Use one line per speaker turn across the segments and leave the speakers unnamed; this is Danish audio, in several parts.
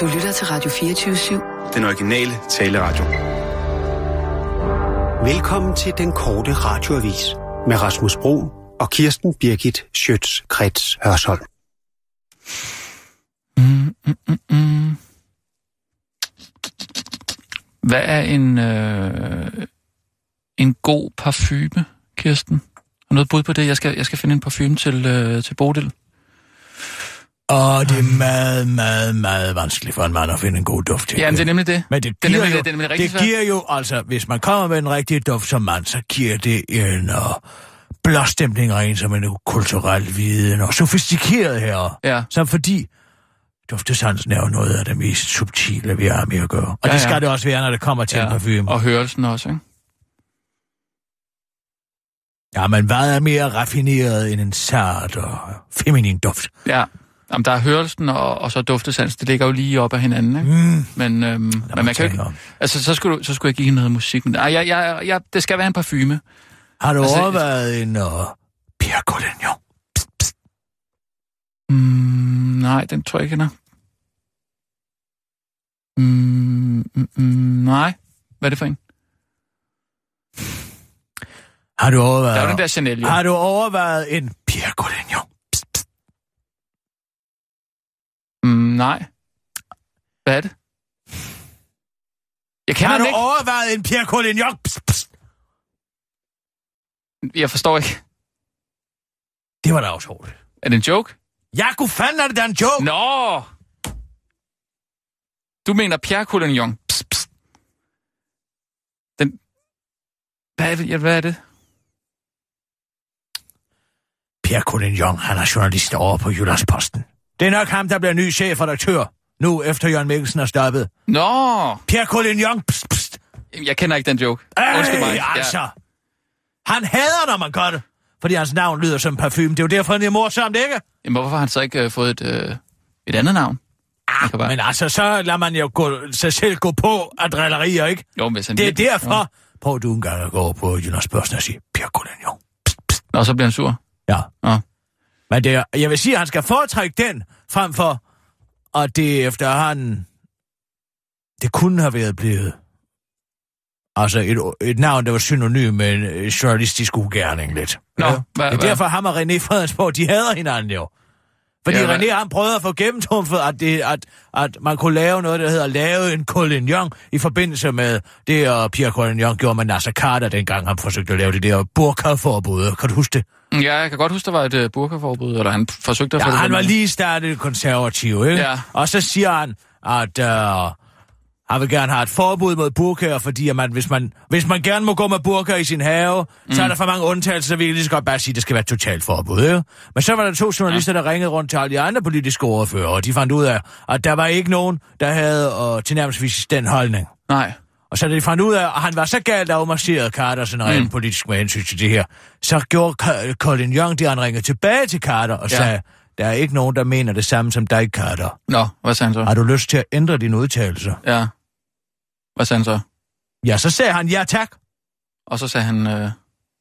Du lytter til Radio 24-7.
Den originale taleradio.
Velkommen til den korte radioavis med Rasmus Bro og Kirsten Birgit Schøtz-Krets Hørsholm.
Mm, mm, mm, mm. Hvad er en, øh, en god parfume, Kirsten? Har du noget bud på det? Jeg skal, jeg skal finde en parfume til, øh, til Bodil.
Og det er meget, meget, meget vanskeligt for en mand at finde en god duft til.
Ja, men det er nemlig det.
Men det
Det er
giver,
nemlig-
jo,
det er nemlig rigtig
det
svært.
giver jo, altså, hvis man kommer med en rigtig duft som mand, så giver det en uh, blåstemning og en som en kulturel viden og sofistikeret her.
Ja.
Så fordi duftesansen er jo noget af det mest subtile, vi har med at gøre. Og
Ja,
ja,
ja.
det skal det også være, når det kommer til ja. en parfume.
Og hørelsen også, ikke?
Ja, men hvad er mere raffineret end en sart og feminin duft?
Ja. Jamen, der er hørelsen og, og så duftesans. Det ligger jo lige op af hinanden, ikke?
Mm.
Men, øhm, men man kan jo ikke...
tænke om.
Altså, så skulle, du, så skulle jeg give hende noget musik. Men, ej, jeg, jeg, jeg, det skal være en parfume.
Har du
Altså,
altså, overvejet en uh, Pierre Collignon?
Mm, nej, den tror jeg ikke, jeg kender. Mm, mm, mm, nej. Hvad er det for en?
Har du overvejet...
Der er jo den der Chanel, jo.
Har du overvejet en Pierre Collignon?
Mm, nej. Hvad er det? Jeg kender
Har
den
du
ikke.
overvejet en Pierre Collignon? Pst, pst.
Jeg forstår ikke.
Det var da også hårdt.
Er det en joke?
Ja, god fanden er det da en joke?
Nå! Du mener Pierre Collignon. Psst, psst. Den... Hvad er det? Ja, Hvad er det?
Pierre Collignon, han er journalist over på Jyllandsposten. Det er nok ham, der bliver ny chefredaktør. Nu efter Jørgen Mikkelsen er stoppet.
Nå!
Pierre Collignon, pst, pst.
Jamen, Jeg kender ikke den joke. Undskyld mig.
Ej, altså. Han hader, når man gør det. Fordi hans navn lyder som parfume. Det er jo derfor, han er morsomt, ikke?
Jamen, hvorfor har han så ikke øh, fået et, øh, et andet navn? Ah, bare...
Men altså, så lader man jo gå, sig selv gå på af drillerier, ikke?
Jo, men hvis han
Det er
virkelig-
derfor. Prøv du engang at gå over på Jyllandsposten og sige, Pierre Collignon.
Nå, så bliver han sur.
Ja.
Nå.
Men det er, jeg vil sige, at han skal foretrække den frem for, og det efterhånden, det kunne have været blevet, altså et, et navn, der var synonym med en øh, journalistisk ugerning lidt.
Nå,
Ja.
hvad-
det er
hvad?
derfor, ham og René Fredensborg, de hader hinanden jo. Fordi
Ja,
ja,
hvad-
René, han prøvede at få gennemtrumfet, at, det, at, at man kunne lave noget, der hedder lave en Collignon i forbindelse med det, og Pierre Collignon gjorde med Nasser Carter, dengang han forsøgte at lave det der burka-forbud. Kan du huske det?
Ja, jeg kan godt huske, der var et øh, burkaforbud, eller han forsøgte at
Ja,
få det.
han var
men-
lige startet konservativ, ikke?
Ja.
Og så siger han, at øh, han vil gerne have et forbud mod burkaer, fordi at man, hvis, man, hvis man gerne må gå med burkaer i sin have, mm. så er der for mange undtagelser, så vi kan lige så godt bare sige, at det skal være et totalt forbud, ikke? Men så var der to journalister, ja. der ringede rundt til alle de andre politiske ordfører, og de fandt ud af, at der var ikke nogen, der havde øh, tilnærmelsesvis den holdning.
Nej.
Og så da de fandt ud af, at han var så galt afmarcheret, Carter, sådan rent
Mm.
politisk med hensyn til det her, så gjorde Ka- Colin Young det, han ringede tilbage til Carter og
Ja.
ja. sagde, der er ikke nogen, der mener det samme som dig, Carter.
Nå, hvad sagde han så?
Har du lyst til at ændre dine udtalelser?
Ja. Hvad sagde han så?
Ja, så sagde han ja tak.
Og så sagde han... Øh...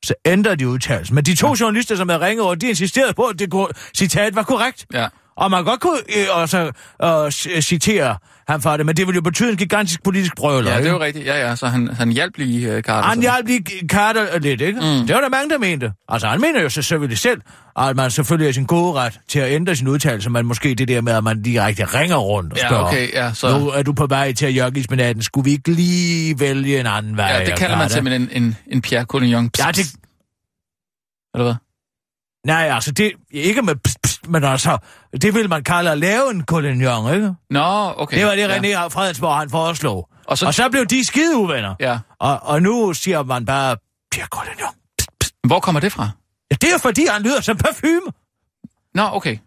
Så ændrede de udtalelsen. Men de to journalister, som havde ringet over, de insisterede på, at det kunne, citat var korrekt.
Ja.
Og man godt kunne øh, også øh, c- citere ham for det, men det ville jo betyde en gigantisk politisk prøveløg.
Ja, det er
ikke?
jo rigtigt. Ja, ja, så han, han hjalp lige øh, Carter.
Han
så.
hjalp lige Carter lidt, ikke?
Mm.
Mm. Det var der mange, der mente. Altså, han mener jo så selvfølgelig selv, at man selvfølgelig er sin gode ret til at ændre sin udtalelse, men måske det der med, at man direkte ringer rundt og spørger.
Ja, okay, ja, så...
Nu er du på vej til at jogge i spinaten. Skulle vi ikke lige vælge en anden vej?
Ja, det kalder man
Carter?"
simpelthen en, en, en Pierre Collignon. Psst,
Ja, det...
Eller hvad?
Nej, altså, det... Ikke med... Pst, pst, men altså, det ville man kalde at lave en kolonion, ikke?
Nå, okay.
Det var det, René
Ja.
ja. Fredensborg, han foreslog.
Og så...
Og så blev de skide uvenner. Ja.
Ja.
Og, og nu siger man bare, Pierre Collignon.
Hvor kommer det fra?
Ja, det er jo fordi, han lyder som parfume.
Nå, okay.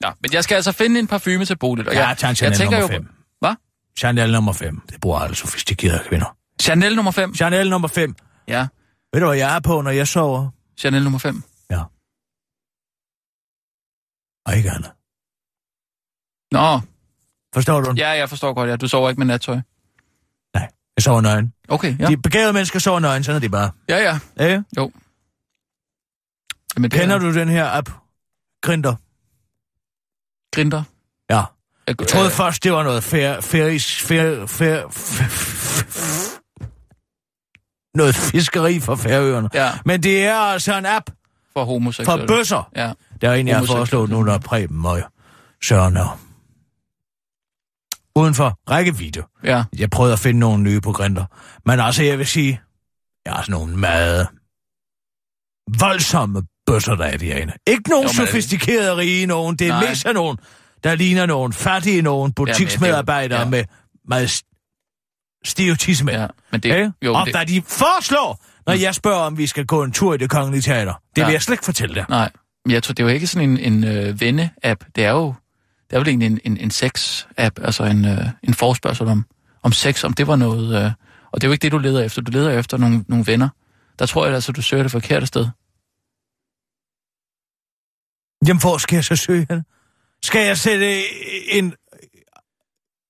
Nå, men jeg skal altså finde en parfume til Bodil. Og
Ja,
jeg,
tag en Chanel nummer fem.
Hvad?
Chanel nummer 5. Det bruger alle sofistikerede kvinder.
Chanel nummer 5.
Chanel nummer 5.
Ja,
Ved du, hvad jeg er på, når jeg sover?
Chanel nummer 5.
Og ikke andet.
Nå,
Forstår du? Ja.
ja, jeg forstår godt. Ja. Du sover ikke med nattøj.
Jeg sover nøgen.
Okay,
Ja.
ja.
De begavede mennesker sover nøgen, sådan er de bare.
Ja, ja.
Ikke?
Jamen, det
Kender
er
du den her app? Grinder.
Grinder.
Ja.
Jeg,
Jeg troede først, det var noget fær, færisk, fær, fær, f- noget fiskeri for færøerne.
Ja.
Men det er altså en app
for
for
homoseksuelle.
bøsser.
Ja.
Der er en, jeg har
Homoseksuelle.
foreslået nu, når Preben og Søren og uden for rækkevidde.
Ja.
Jeg prøvede at finde nogle nye på Grindr. Men altså, jeg vil sige, jeg har sådan nogle meget voldsomme bøsser, der er derinde. Ikke nogen
Jo, men-
sofistikerede rige nogen. Det er
Nej.
Nej. mest af nogen, der ligner nogen fattige nogen, butiksmedarbejdere
ja.
ja, med meget s- stereotisme.
ja.
Ja.
Men det,
Ikke?
jo,
og
det, Mm.
hvad de foreslår, når jeg spørger, om vi skal gå en tur i det kongelige teater. Det
Ja.
vil jeg slet ikke fortælle dig.
Nej, men jeg tror, det er jo ikke sådan en, en øh, venne-app. Det er jo det er jo egentlig en, en, en sex-app, altså en, øh, en forspørgsel om, om sex, om det var noget... Øh, og det er jo ikke det, du leder efter. Du leder efter nogle, nogle venner. Der tror jeg altså, du søger det forkerte sted.
Jamen, hvor skal jeg så søge hen? Skal jeg sætte en,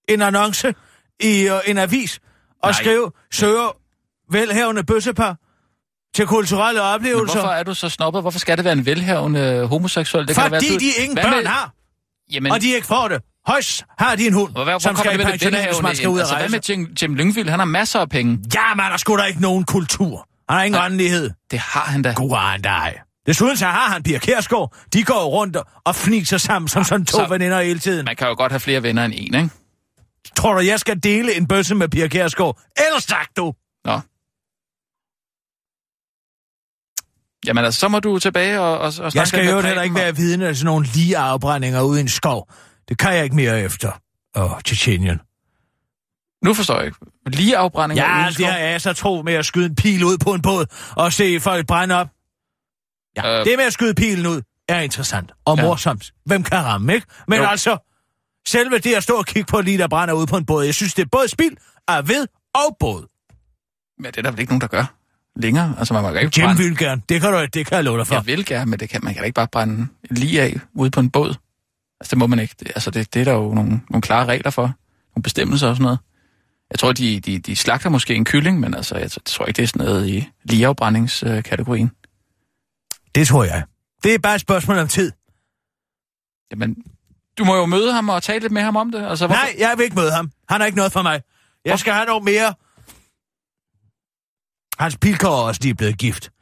en annonce i øh, en avis og
Nej.
Nej. skrive, søger velhavende bøssepar til kulturelle
Men
oplevelser?
hvorfor er du så snobbet? Hvorfor skal det være en velhavende øh, homoseksuel? Det kan da
Fordi
være,
de ingen
Hvad
børn
med-
har,
Jamen,
og de ikke får det. Højst har de en hund,
hvor, hvor,
som
kommer
skal
det
i
med det
pensionat, hvis
velhavende
man skal
ind?
ud og
Altså, hvad
rejse.
med Jim, Jim Lyngvild? Han har masser af penge.
Ja, man, der skulle da ikke nogen kultur. Han har ingen åndelighed.
Det har han da.
God har han dig. Desuden så har han Pia Kjærsgaard. De går jo rundt og- og fniser sammen som sådan to
så-
veninder hele tiden.
Man kan jo godt have flere venner end en, ikke?
Tror du, jeg skal dele en bøsse med Pia Kjærsgaard? Ellers tak, du!
Nå. Jamen altså, så må du tilbage og, og, og snakke
Jeg skal
lidt med
jo heller
Preben
ikke
om-
være vidne af sådan nogle lige afbrændinger ude i en skov. Det kan jeg ikke mere efter. Åh, Tjetjenien.
Nu forstår jeg ikke. Lige afbrænding
Ja, det har jeg så tro med at skyde en pil ud på en båd og se folk brænde op. Ja,
Øh.
øh. det med at skyde pilen ud er interessant og
Ja.
morsomt. Hvem kan ramme, ikke? Men
Jo.
jo. altså, selve det at stå og kigge på lige der brænder ude på en båd, jeg synes, det er både spild af ved og båd.
Men det er der vel ikke nogen, der gør længere. Altså, man må jo ikke
Jim
brænde.
vil gerne. Det kan, du, det kan jeg love dig for.
Jeg vil gerne, men det kan, man kan da ikke bare brænde lige af ude på en båd. Altså, det må man ikke. Det, altså, det, det er der jo nogle, nogle klare regler for. Nogle bestemmelser og sådan noget. Jeg tror, de, de, de slagter måske en kylling, men altså, jeg tror ikke, det er sådan noget i ligeafbrændingskategorien.
Det tror jeg. Det er bare et spørgsmål om tid.
Jamen, du må jo møde ham og tale lidt med ham om det. Altså, hvorfor-
Nej, jeg vil ikke møde ham. Han er ikke noget for mig. Jeg skal have noget mere. Hans pilkår er også lige blevet gift.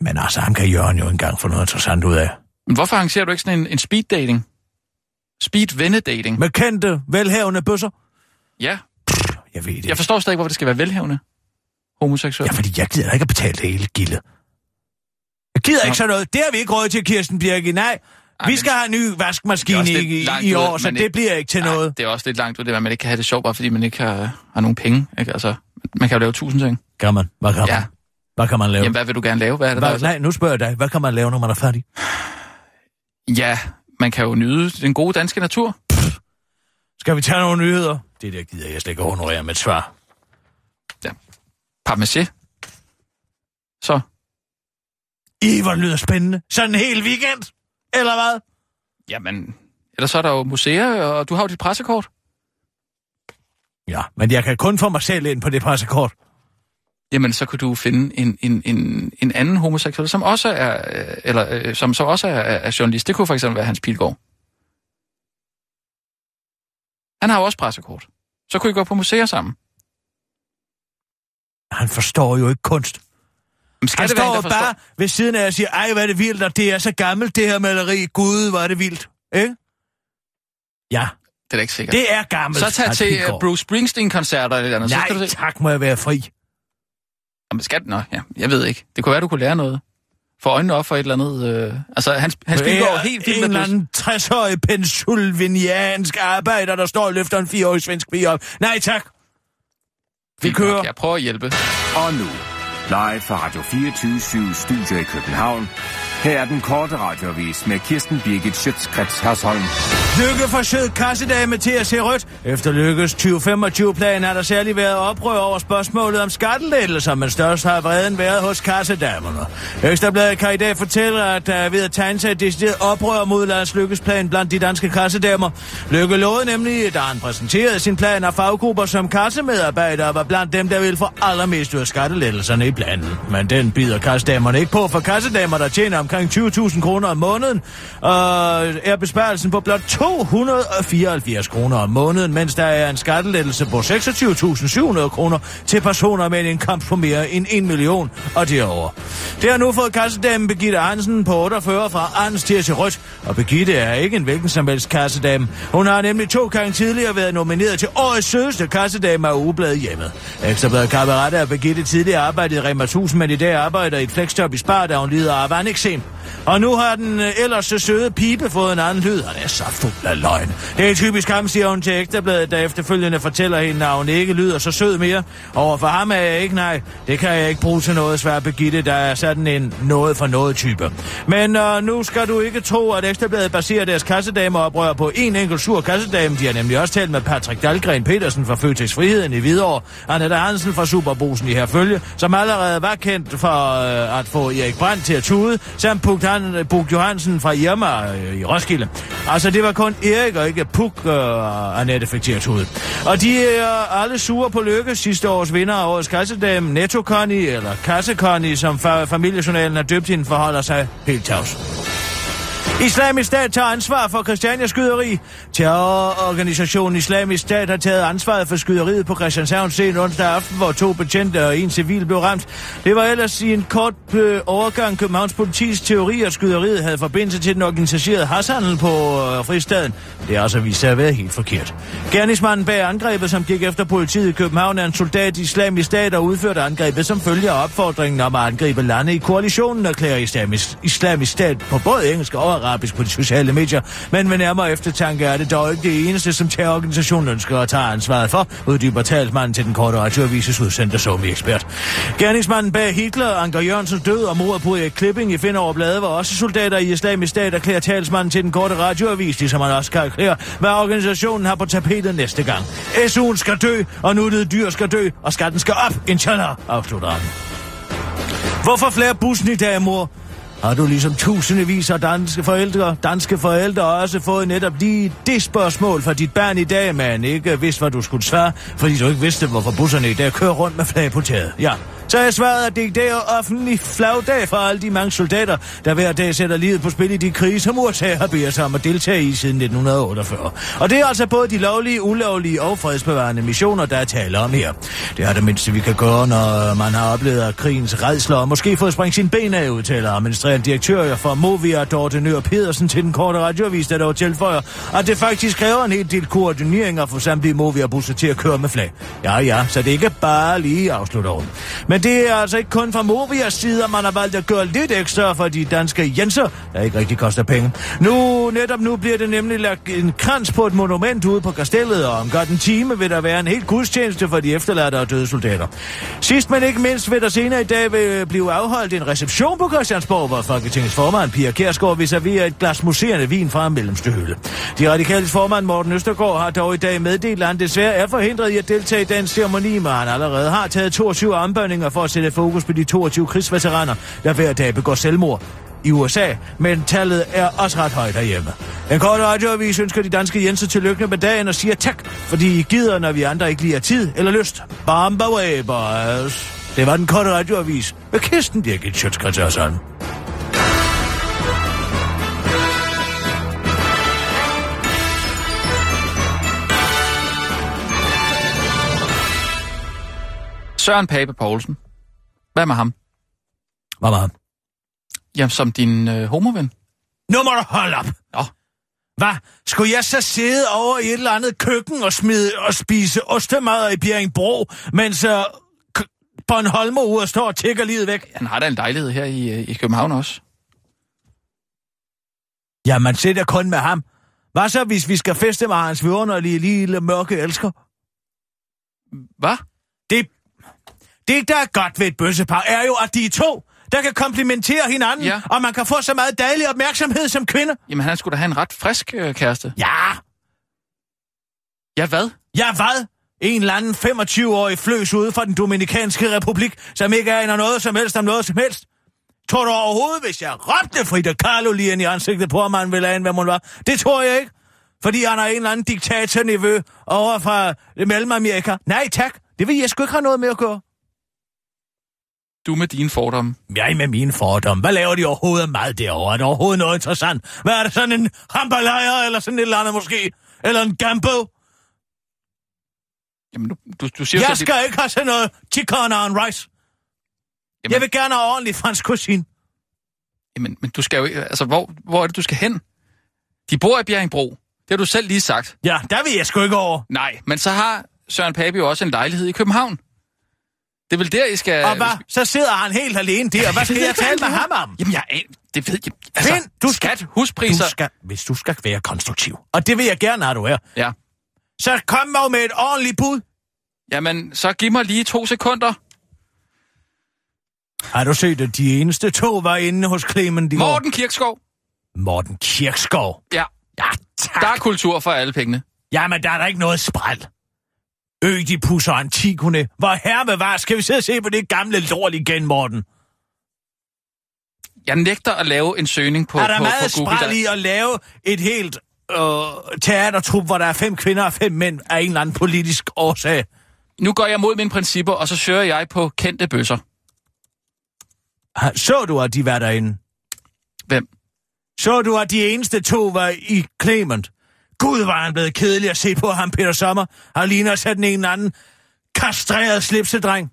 Men altså, ham kan Jørgen jo engang få noget interessant ud af.
Men hvorfor arrangerer du ikke sådan en, en speed dating? Speed vennedating?
Med kendte, velhavende bøsser?
Ja,
Jeg ved det.
jeg forstår stadig ikke, hvorfor det skal være velhavende. Homoseksuel.
Ja, fordi jeg gider da ikke at betale det hele gildet. Jeg gider
Nå.
ikke sådan noget. Det har vi ikke råd til, Kirsten Birke. Nej,
Ej,
vi
men-
skal have en ny vaskemaskine
Det er også lidt
i,
langt
i
ud,
år, så
men
det
ikke-
bliver ikke til
Nej,
noget.
det er også lidt langt ud, det med, at man ikke kan have det sjovt, bare fordi man ikke har, har nogen penge. Ikke? Altså, man kan jo lave tusind ting.
Kan man? Hvad kan man?
Ja.
Hvad kan man lave?
Jamen, hvad vil du gerne lave? Hvad er det, der?
Hvad,
Altså?
nej, nu spørger jeg dig. Hvad kan man lave, når man er færdig?
Ja, man kan jo nyde den gode danske natur.
Skal vi tage nogle nyheder? Det der gider jeg slet ikke honorere med et svar.
Parmesé. Så.
I, hvor det lyder spændende. Sådan en hel weekend, eller hvad?
Jamen, ellers så er der jo museer, og du har jo dit pressekort.
Ja, men jeg kan kun få mig selv ind på det pressekort.
Jamen, så kan du finde en, en, en, en anden homoseksuel, som også er, øh, eller, øh, som, som også er, er er journalist. Det kunne for eksempel være Hans Pilgaard. Han har jo også pressekort. Så kunne I gå på museer sammen.
Han forstår jo ikke kunst.
Men skal
Han
det være en,
står
der
jo
forstår?
bare ved siden af og siger, ej, hvor er det vildt, og det er så gammelt, det her maleri. Gud, hvor er det vildt. Ikke? Ja,
Det er da ikke sikkert.
det er gammelt.
Så tag
Hans
til
Pilgaard.
uh, Bruce Springsteen-koncerter eller et eller andet. så skal
Nej,
du se.
tak, må jeg være fri.
Jamen, skal den? Nå, ja, jeg ved ikke. Det kunne være, du kunne lære noget. Få øjnene op for et eller andet... Øh... Altså, han, han spiller jo helt
en
vildt med
eller
Bruce.
anden 60-årig pennsylvaniansk arbejder, der står og løfter en 4-årig svensk pige op. Nej, tak. Vi
Fint nok,
kører.
Jeg prøver at hjælpe.
Og nu, live fra Radio 24 Studio i København. Her er den korte radiovis med Kirsten Birgit Schøtzgrads Hasholm.
Lykke forsøg kassedame til at se rødt. Efter Lykkes 2025-plan har der særlig været oprør over spørgsmålet om skattelettelser, men størst har vreden været hos kassedamerne. Ekstrabladet kan i dag fortælle, at der er ved at tegne sig et decideret oprør mod Lars Lykkes plan blandt de danske kassedamer. Lykke lovede nemlig, da han præsenterede sin plan af faggrupper som kassemedarbejdere, var blandt dem, der ville få allermest ud af skattelettelserne i planen. Men den bider kassedamerne ikke på, for kassedamer, der tjener omkring 20.000 kroner om måneden, øh, er besparelsen på blot 2 274 kroner om måneden, mens der er en skattelettelse på 26.700 kroner til personer med en indkomst på mere end 1 million og derover. Det har nu fået kassedamen Birgitte Hansen på 48 fra Arns til til Rødt, og Birgitte er ikke en hvilken som helst kassedame. Hun har nemlig to gange tidligere været nomineret til årets sødeste kassedame af Ugebladet hjemmet. Ekstrabladet Kabaret er Birgitte tidligere arbejdet i Rema 1000, men i dag arbejder i et flexjob i Spar, da hun lider af vandeksem. Og nu har den øh, ellers så søde pibe fået en anden lyd, og den er så fuld af løgn. Det er typisk ham, siger hun til Ekstrabladet, der efterfølgende fortæller hende, at hun ikke lyder så sød mere. Over for ham er jeg ikke nej. Det kan jeg ikke bruge til noget, svarer Birgitte, der er sådan en noget for noget type. Men øh, nu skal du ikke tro, at Ekstrabladet baserer deres kassedameoprør på en enkelt sur kassedame. De har nemlig også talt med Patrick Dahlgren Petersen fra Føtex Friheden i Hvidovre, Annette Hansen fra Superbrusen i Herfølge, som allerede var kendt for øh, at få Erik Brandt til at tude, samt Puk, Han, Puk Johansen fra Irma øh, i Roskilde. Altså, det var kun Erik og ikke Puk, øh, Annette fik til at tude. Og de er alle sure på lykke sidste års vinder af årets kassedame, Netto Connie, eller Kasse Connie, som fa- familiejournalen har døbt hende, forholder sig helt tavs. Islamisk Stat tager ansvar for Christianias skyderi. Terrororganisationen Islamisk Stat har taget ansvaret for skyderiet på Christianshavn sen onsdag aften, hvor to betjente og en civil blev ramt. Det var ellers i en kort øh, overgang Københavns politis teori, at skyderiet havde forbindelse til den organiserede hashandel på øh, fristaden. Det har altså vist sig at være helt forkert. Gerningsmanden bag angrebet, som gik efter politiet i København, er en soldat i Islamisk Stat og udførte angrebet som følger opfordringen om at angribe lande i koalitionen, erklærer islamisk, islamisk Stat på både engelsk og arabisk på de sociale medier. Men ved nærmere eftertanke er det dog ikke det eneste, som terrororganisationen ønsker at tage ansvaret for, uddyber talsmanden til den korte radioavises udsendte somi-ekspert. Gerningsmanden bag Hitler, Anker Jørgensens død og mordet på Erik Klipping i Finderup Blade var også soldater i islamisk stat, erklærer talsmanden til den korte radioavis, ligesom han også kan erklære, hvad organisationen har på tapetet næste gang. SU'en skal dø, og nuttet dyr skal dø, og skatten skal op, inshallah, afslutter han. Hvorfor flere bussen i dag, mor? Har du ligesom tusindevis af danske forældre, danske forældre også fået netop lige det spørgsmål fra dit barn i dag, men ikke vidste, hvad du skulle svare, fordi du ikke vidste, hvorfor busserne i dag kører rundt med flag på taget. Ja, så jeg svaret, at det i dag er offentlig flagdag for alle de mange soldater, der hver dag sætter livet på spil i de krige, som USA har bedt sig om at deltage i siden 1948. Og det er altså både de lovlige, ulovlige og fredsbevarende missioner, der er tale om her. Det er det mindste, vi kan gøre, når man har oplevet at krigens redsler og måske fået sprængt sine ben af, udtaler administrerende direktør for Movia, Dorte Nør Pedersen til den korte radioavis, der dog tilføjer, at det faktisk kræver en hel del koordinering at få samtlige Movia-busser til at køre med flag. Ja, ja, så det er ikke bare lige afslutter hun. Men det er altså ikke kun fra Movias side, at man har valgt at gøre lidt ekstra for de danske jenser, der ikke rigtig koster penge. Nu, netop nu bliver det nemlig lagt en krans på et monument ude på kastellet, og om godt en time vil der være en helt gudstjeneste for de efterladte og døde soldater. Sidst men ikke mindst vil der senere i dag vil blive afholdt en reception på Christiansborg, hvor Folketingets formand Pia Kjærsgaard vil servere et glas muserende vin fra en mellemste hylde. De radikale formand Morten Østergaard har dog i dag meddelt, at han desværre er forhindret i at deltage i den ceremoni, men han allerede har taget 22 armbøjninger for at sætte fokus på de 22 krigsveteraner, der hver dag begår selvmord i USA, men tallet er også ret højt herhjemme. Den korte radioavis ønsker de danske Jenser tillykke med dagen og siger tak, fordi I gider, når vi andre ikke lige har tid eller lyst. Bamba way, boys. Det var den korte radioavis med Kirsten Birgit Sjøtskrets og sådan.
Søren Pape Poulsen. Hvad med ham?
Hvad var
Jamen, som din øh, homoven.
Nu må du holde op.
Nå.
Hvad? Skulle jeg så sidde over i et eller andet køkken og, smide, og spise ostemadder i Bjerringbro, mens uh, k- Bornholmer-uret står og tigger livet væk?
Han har da en lejlighed her i, øh, i København også.
Ja, man sidder kun med ham. Hvad så, hvis vi skal feste med hans vidunderlige lille mørke elsker?
Hvad?
Det, det der er godt ved et bøssepar, er jo, at de er to, der kan komplimentere hinanden, ja.
Ja.
og man kan få så meget dejlig opmærksomhed som kvinde.
Jamen, han skulle da have en ret frisk øh, kæreste.
Ja,
Ja, hvad?
ja hvad? En eller anden 25-årig fløs ude fra den Dominikanske Republik, som ikke aner noget som helst om noget som helst. Tror du overhovedet, hvis jeg råbte Frida Kahlo lige ind i ansigtet på, om han ville ane, hvem hun var? Det tror jeg ikke. Fordi han er en eller anden diktatornivø over øh, fra Mellemamerika. Nej tak, det vil jeg sgu ikke have noget med at gøre.
Du med dine fordomme.
Jeg med mine fordomme. Hvad laver de overhovedet meget derovre? Er det overhovedet noget interessant? Hvad er det sådan en hambalaya eller sådan et eller andet måske? Eller en gambo?
Jamen, du, du, du siger
Jeg
selv,
skal ikke have sådan noget chicken on rice.
Jamen-
Jeg vil gerne have ordentlig fransk cuisine.
Jamen, men du skal jo ikke... Altså, hvor, hvor er det, du skal hen? De bor i Bjerringbro. Det har du selv lige sagt.
Ja, der vil jeg sgu ikke over.
Nej, men så har Søren Pape jo også en lejlighed i København. Det er vel der, I skal...
Og hvad? Så sidder han helt alene der. Hvad skal jeg tale med ham om?
Jamen, jeg, an- det ved jeg... altså,
Finn, du skal-
skat, huspriser...
Du skal, hvis du skal være konstruktiv, og det vil jeg gerne, at du er,
Ja.
så kom dog med et ordentligt bud.
Jamen, så giv mig lige to sekunder.
Har du set, at de eneste to var inde hos Clement i går?
Morten Kirkskov.
Morten Kirkskov.
Ja,
Ja, tak.
der er kultur for alle pengene.
Jamen, der er der ikke noget spræl. Ødipus og Antigone. Hvor herre bevar, skal vi sidde og se på det gamle lort igen, Morten?
Jeg nægter at lave en søgning på,
er der
på,
meget
på Google.
spræl i at lave et helt øh, teatertrup, hvor der er fem kvinder og fem mænd af en eller anden politisk årsag?
Nu går jeg mod mine principper, og så søger jeg på kendte bøsser.
Ha- Så du, at de var derinde?
Hvem?
Så du, at de eneste to var i Clement? Gud, var han blevet kedelig at se på ham, Peter Sommer. Han ligner sådan en eller anden kastreret slipsedreng.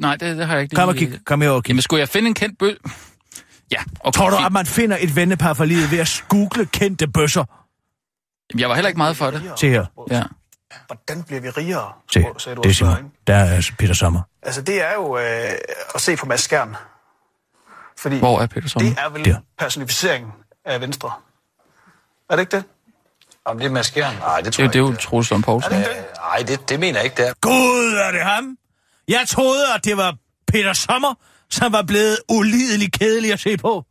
Nej, det, det har jeg ikke
Kom og
lige-
kig, kom her og kig.
Jamen, skulle jeg finde en kendt bøl? Ja, okay.
Tror du,
fint.
at man finder et vennepar for livet ved at google kendte bøsser?
Jamen, jeg var heller ikke meget for det.
Se her,
Ja.
Hvordan bliver vi rigere?
se.
Prøv, sagde du
Det er
også før,
Simon.
ikke?
Der er altså Peter Sommer.
Altså, det er jo øh, at se på Mads Skjern. Fordi
Hvor er Peter Sommer?
det er vel
Der.
personificeringen af Venstre. Er det ikke det?
Om det er Mads Gjern? Nej, det
Det er
tror
jo, det er jo
jeg ikke.
Troels Lund Poulsen.
det er jo... Nej, det, det mener jeg ikke, det er.
Gud, er det ham? Jeg troede, at det var Peter Sommer, som var blevet ulidelig kedelig at se på.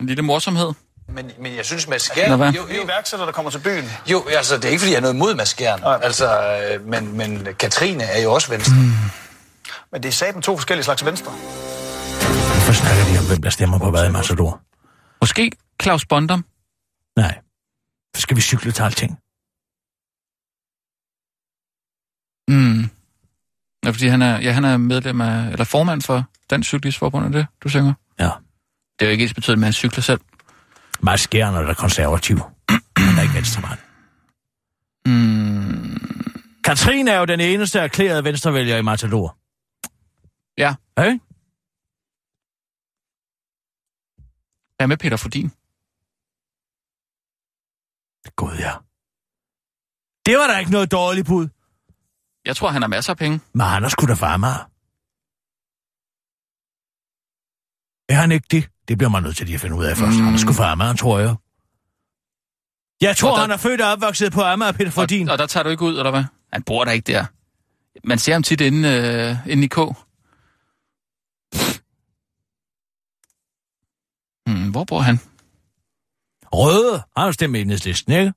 En lille morsomhed.
Men, men jeg synes, Mads
Nå,
Gjern...
hvad?
Jo,
Det er
jo,
iværksætter, der kommer til byen.
jo, altså, det er ikke, fordi jeg har noget imod Mads Gjern. Altså, øh, men, men Katrine er jo også venstre. Mm.
Men det er saten to forskellige slags Venstre.
Hvorfor snakker de om, hvem der stemmer på hvad i Massador?
Måske Claus Bondum.
Nej. Så skal vi cykle til alting.
Mm. Ja, fordi han er, ja, han er medlem af, eller formand for Dansk Cyklistforbund, er det, du synger?
Ja.
Det er jo ikke ens betydende, at han cykler selv.
Mads Gern er da konservativ. Han er ikke venstremand.
Mm.
Katrine er jo den eneste erklærede venstrevælger i Matador.
Ja,
Hey?
hvad med Peter Fodin?
Gud, ja. Det var da ikke noget dårligt bud.
Jeg tror, han har masser af penge.
Men han er sgu da fra Amager. Er han ikke det? Det bliver man nødt til lige at finde ud af først. Mm. Han er sgu fra Amager, tror jeg. Jeg tror,
Og der-
der... han er født og opvokset på Amager, Peter Fordin.
Og, og der tager du ikke ud, eller hvad? Han bor der ikke der. Man ser ham tit inde, øh, inde i K. Hmm, hvor bor han?
Røde har jo stemt i enhedslisten, ikke?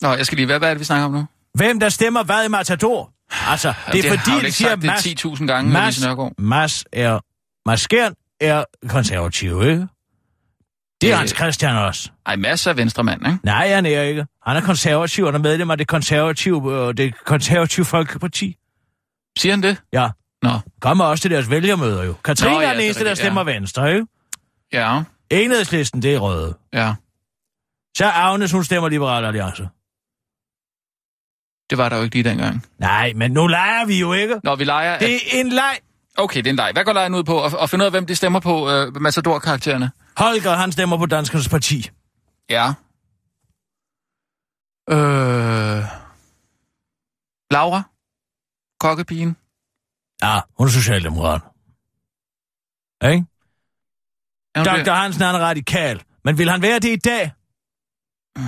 Nå, jeg skal lige... Hvad, hvad er det, vi snakker om nu?
Hvem der stemmer hvad i Matador? Altså, det er
har hun
fordi, de
ikke
siger,
sagt det
Mads,
10.000 gange, Mads... Lise Nørgaard.
Mads er... Mads Skjern er konservativ, ikke? Det er
Øh.
Hans Christian også.
Ej, Mads er venstremand, ikke?
Nej, han er ikke. Han er konservativ, han er medlem af det konservative, øh, det konservative Folkeparti.
Siger han det?
Ja,
Nå,
kommer også til deres vælgermøder jo. Katrine
Nå,
Nå,
ja,
ja, er den
det er
eneste, der
rigtigt, ja.
stemmer venstre, ikke?
ja,
Enhedslisten, det er røde.
ja.
Så Agnes, hun stemmer Liberal Alliance.
Det var der jo ikke lige dengang.
Nej, men nu leger vi jo ikke.
Nå, vi leger...
Det
At...
er en leg.
Okay, det er en leg. Hvad går lejen ud på? Og, og finde ud af, hvem de stemmer på øh, Massador-karaktererne?
Holger, han stemmer på Danskernes Parti.
Ja. Øh... Laura? Kokkepigen?
Ja, hun er socialdemokrat. Ikke?
Er hun
Dr.
det?
Hansen han er radikal. Men vil han være det i dag?
Mm.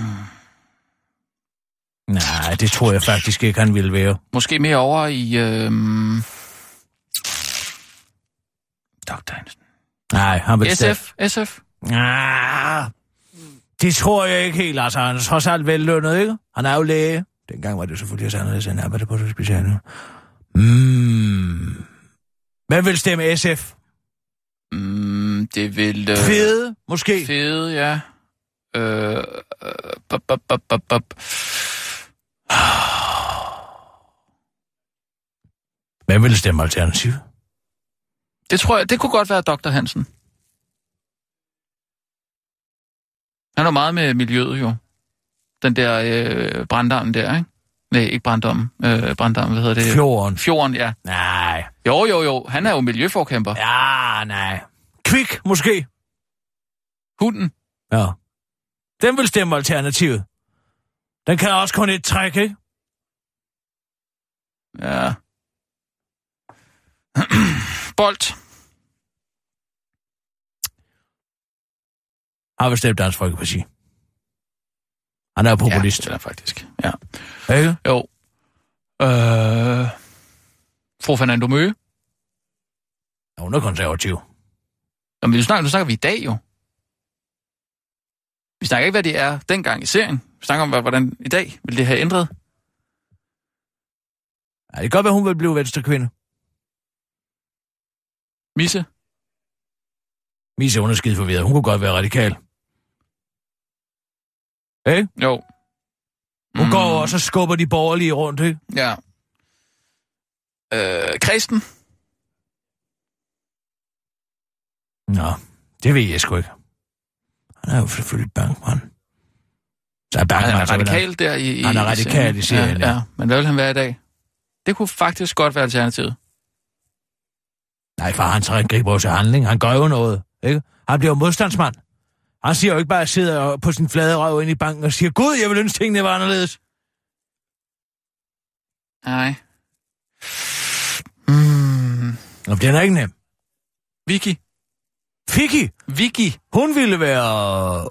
Nej, det tror jeg faktisk ikke, han ville være.
Måske mere over i... Øh... Dr. Hansen.
Nej, han vil stadig-
SF? SF?
Ah, det tror jeg ikke helt. Altså, han er trods alt vellønnet, ikke? Han er jo læge. Dengang var det selvfølgelig også anderledes, end arbejder på det speciale. nu. Mm. Hvem vil stemme SF?
Mm, det vil... Øh...
Fede, måske?
Fede, ja. Øh... øh, bup, bup, bup, bup, bup.
Hvem Hvem ville stemme alternativ?
Det tror jeg, det kunne godt være Dr. Hansen. Han er meget med miljøet jo. Den der øh, brandarm der, ikke? Nej, ikke brandarm. Øh, brandarm, hvad hedder det?
Fjorden.
Fjorden, ja.
Nej.
Jo, jo, jo. Han er jo miljøforkæmper. Ja.
Ja, nej. Kvik, måske.
Hunden.
Ja. Den vil stemme alternativet. Den kan også kun et træk, ikke?
Ja. Bolt.
Har vi stemt Dansk Folkeparti. Han er jo populist.
Ja, det er faktisk. Ja.
Ja. Ikke?
Jo. Øh, fru Fernando Møge.
Ja, hun er konservativ.
Jamen, nu snakker, nu snakker vi i dag jo. Vi snakker ikke, hvad det er dengang i serien. Vi snakker om, hvad- hvordan i dag ville det have ændret.
Ja, det kan godt være, hun vil blive venstre kvinde.
Misse.
Misa, hun er skide forvirret. Hun kunne godt være radikal. Ikke?
Jo.
Hun mm. går jo også og skubber de borgerlige rundt, ikke?
Ja. Øh, Kristen.
Nå, det ved jeg sgu ikke. Han er jo selvfølgelig bankmand. Så altså, er
Han
bankmand,
er
så vil
radikal der i, i
Han er radikal i serien,
ja,
ja.
ja. Men hvad vil han være i dag? Det kunne faktisk godt være alternativet.
Nej, for han tager- griber jo til handling. Han gør jo noget, ikke? Han bliver jo modstandsmand. Han siger jo ikke bare, at sidder på sin flade røv ind i banken og siger, Gud, jeg vil ønske tingene var anderledes.
Nej. Mm.
Nå, det er da ikke nem.
Vicky.
Fiki,
Vicky.
hun ville være...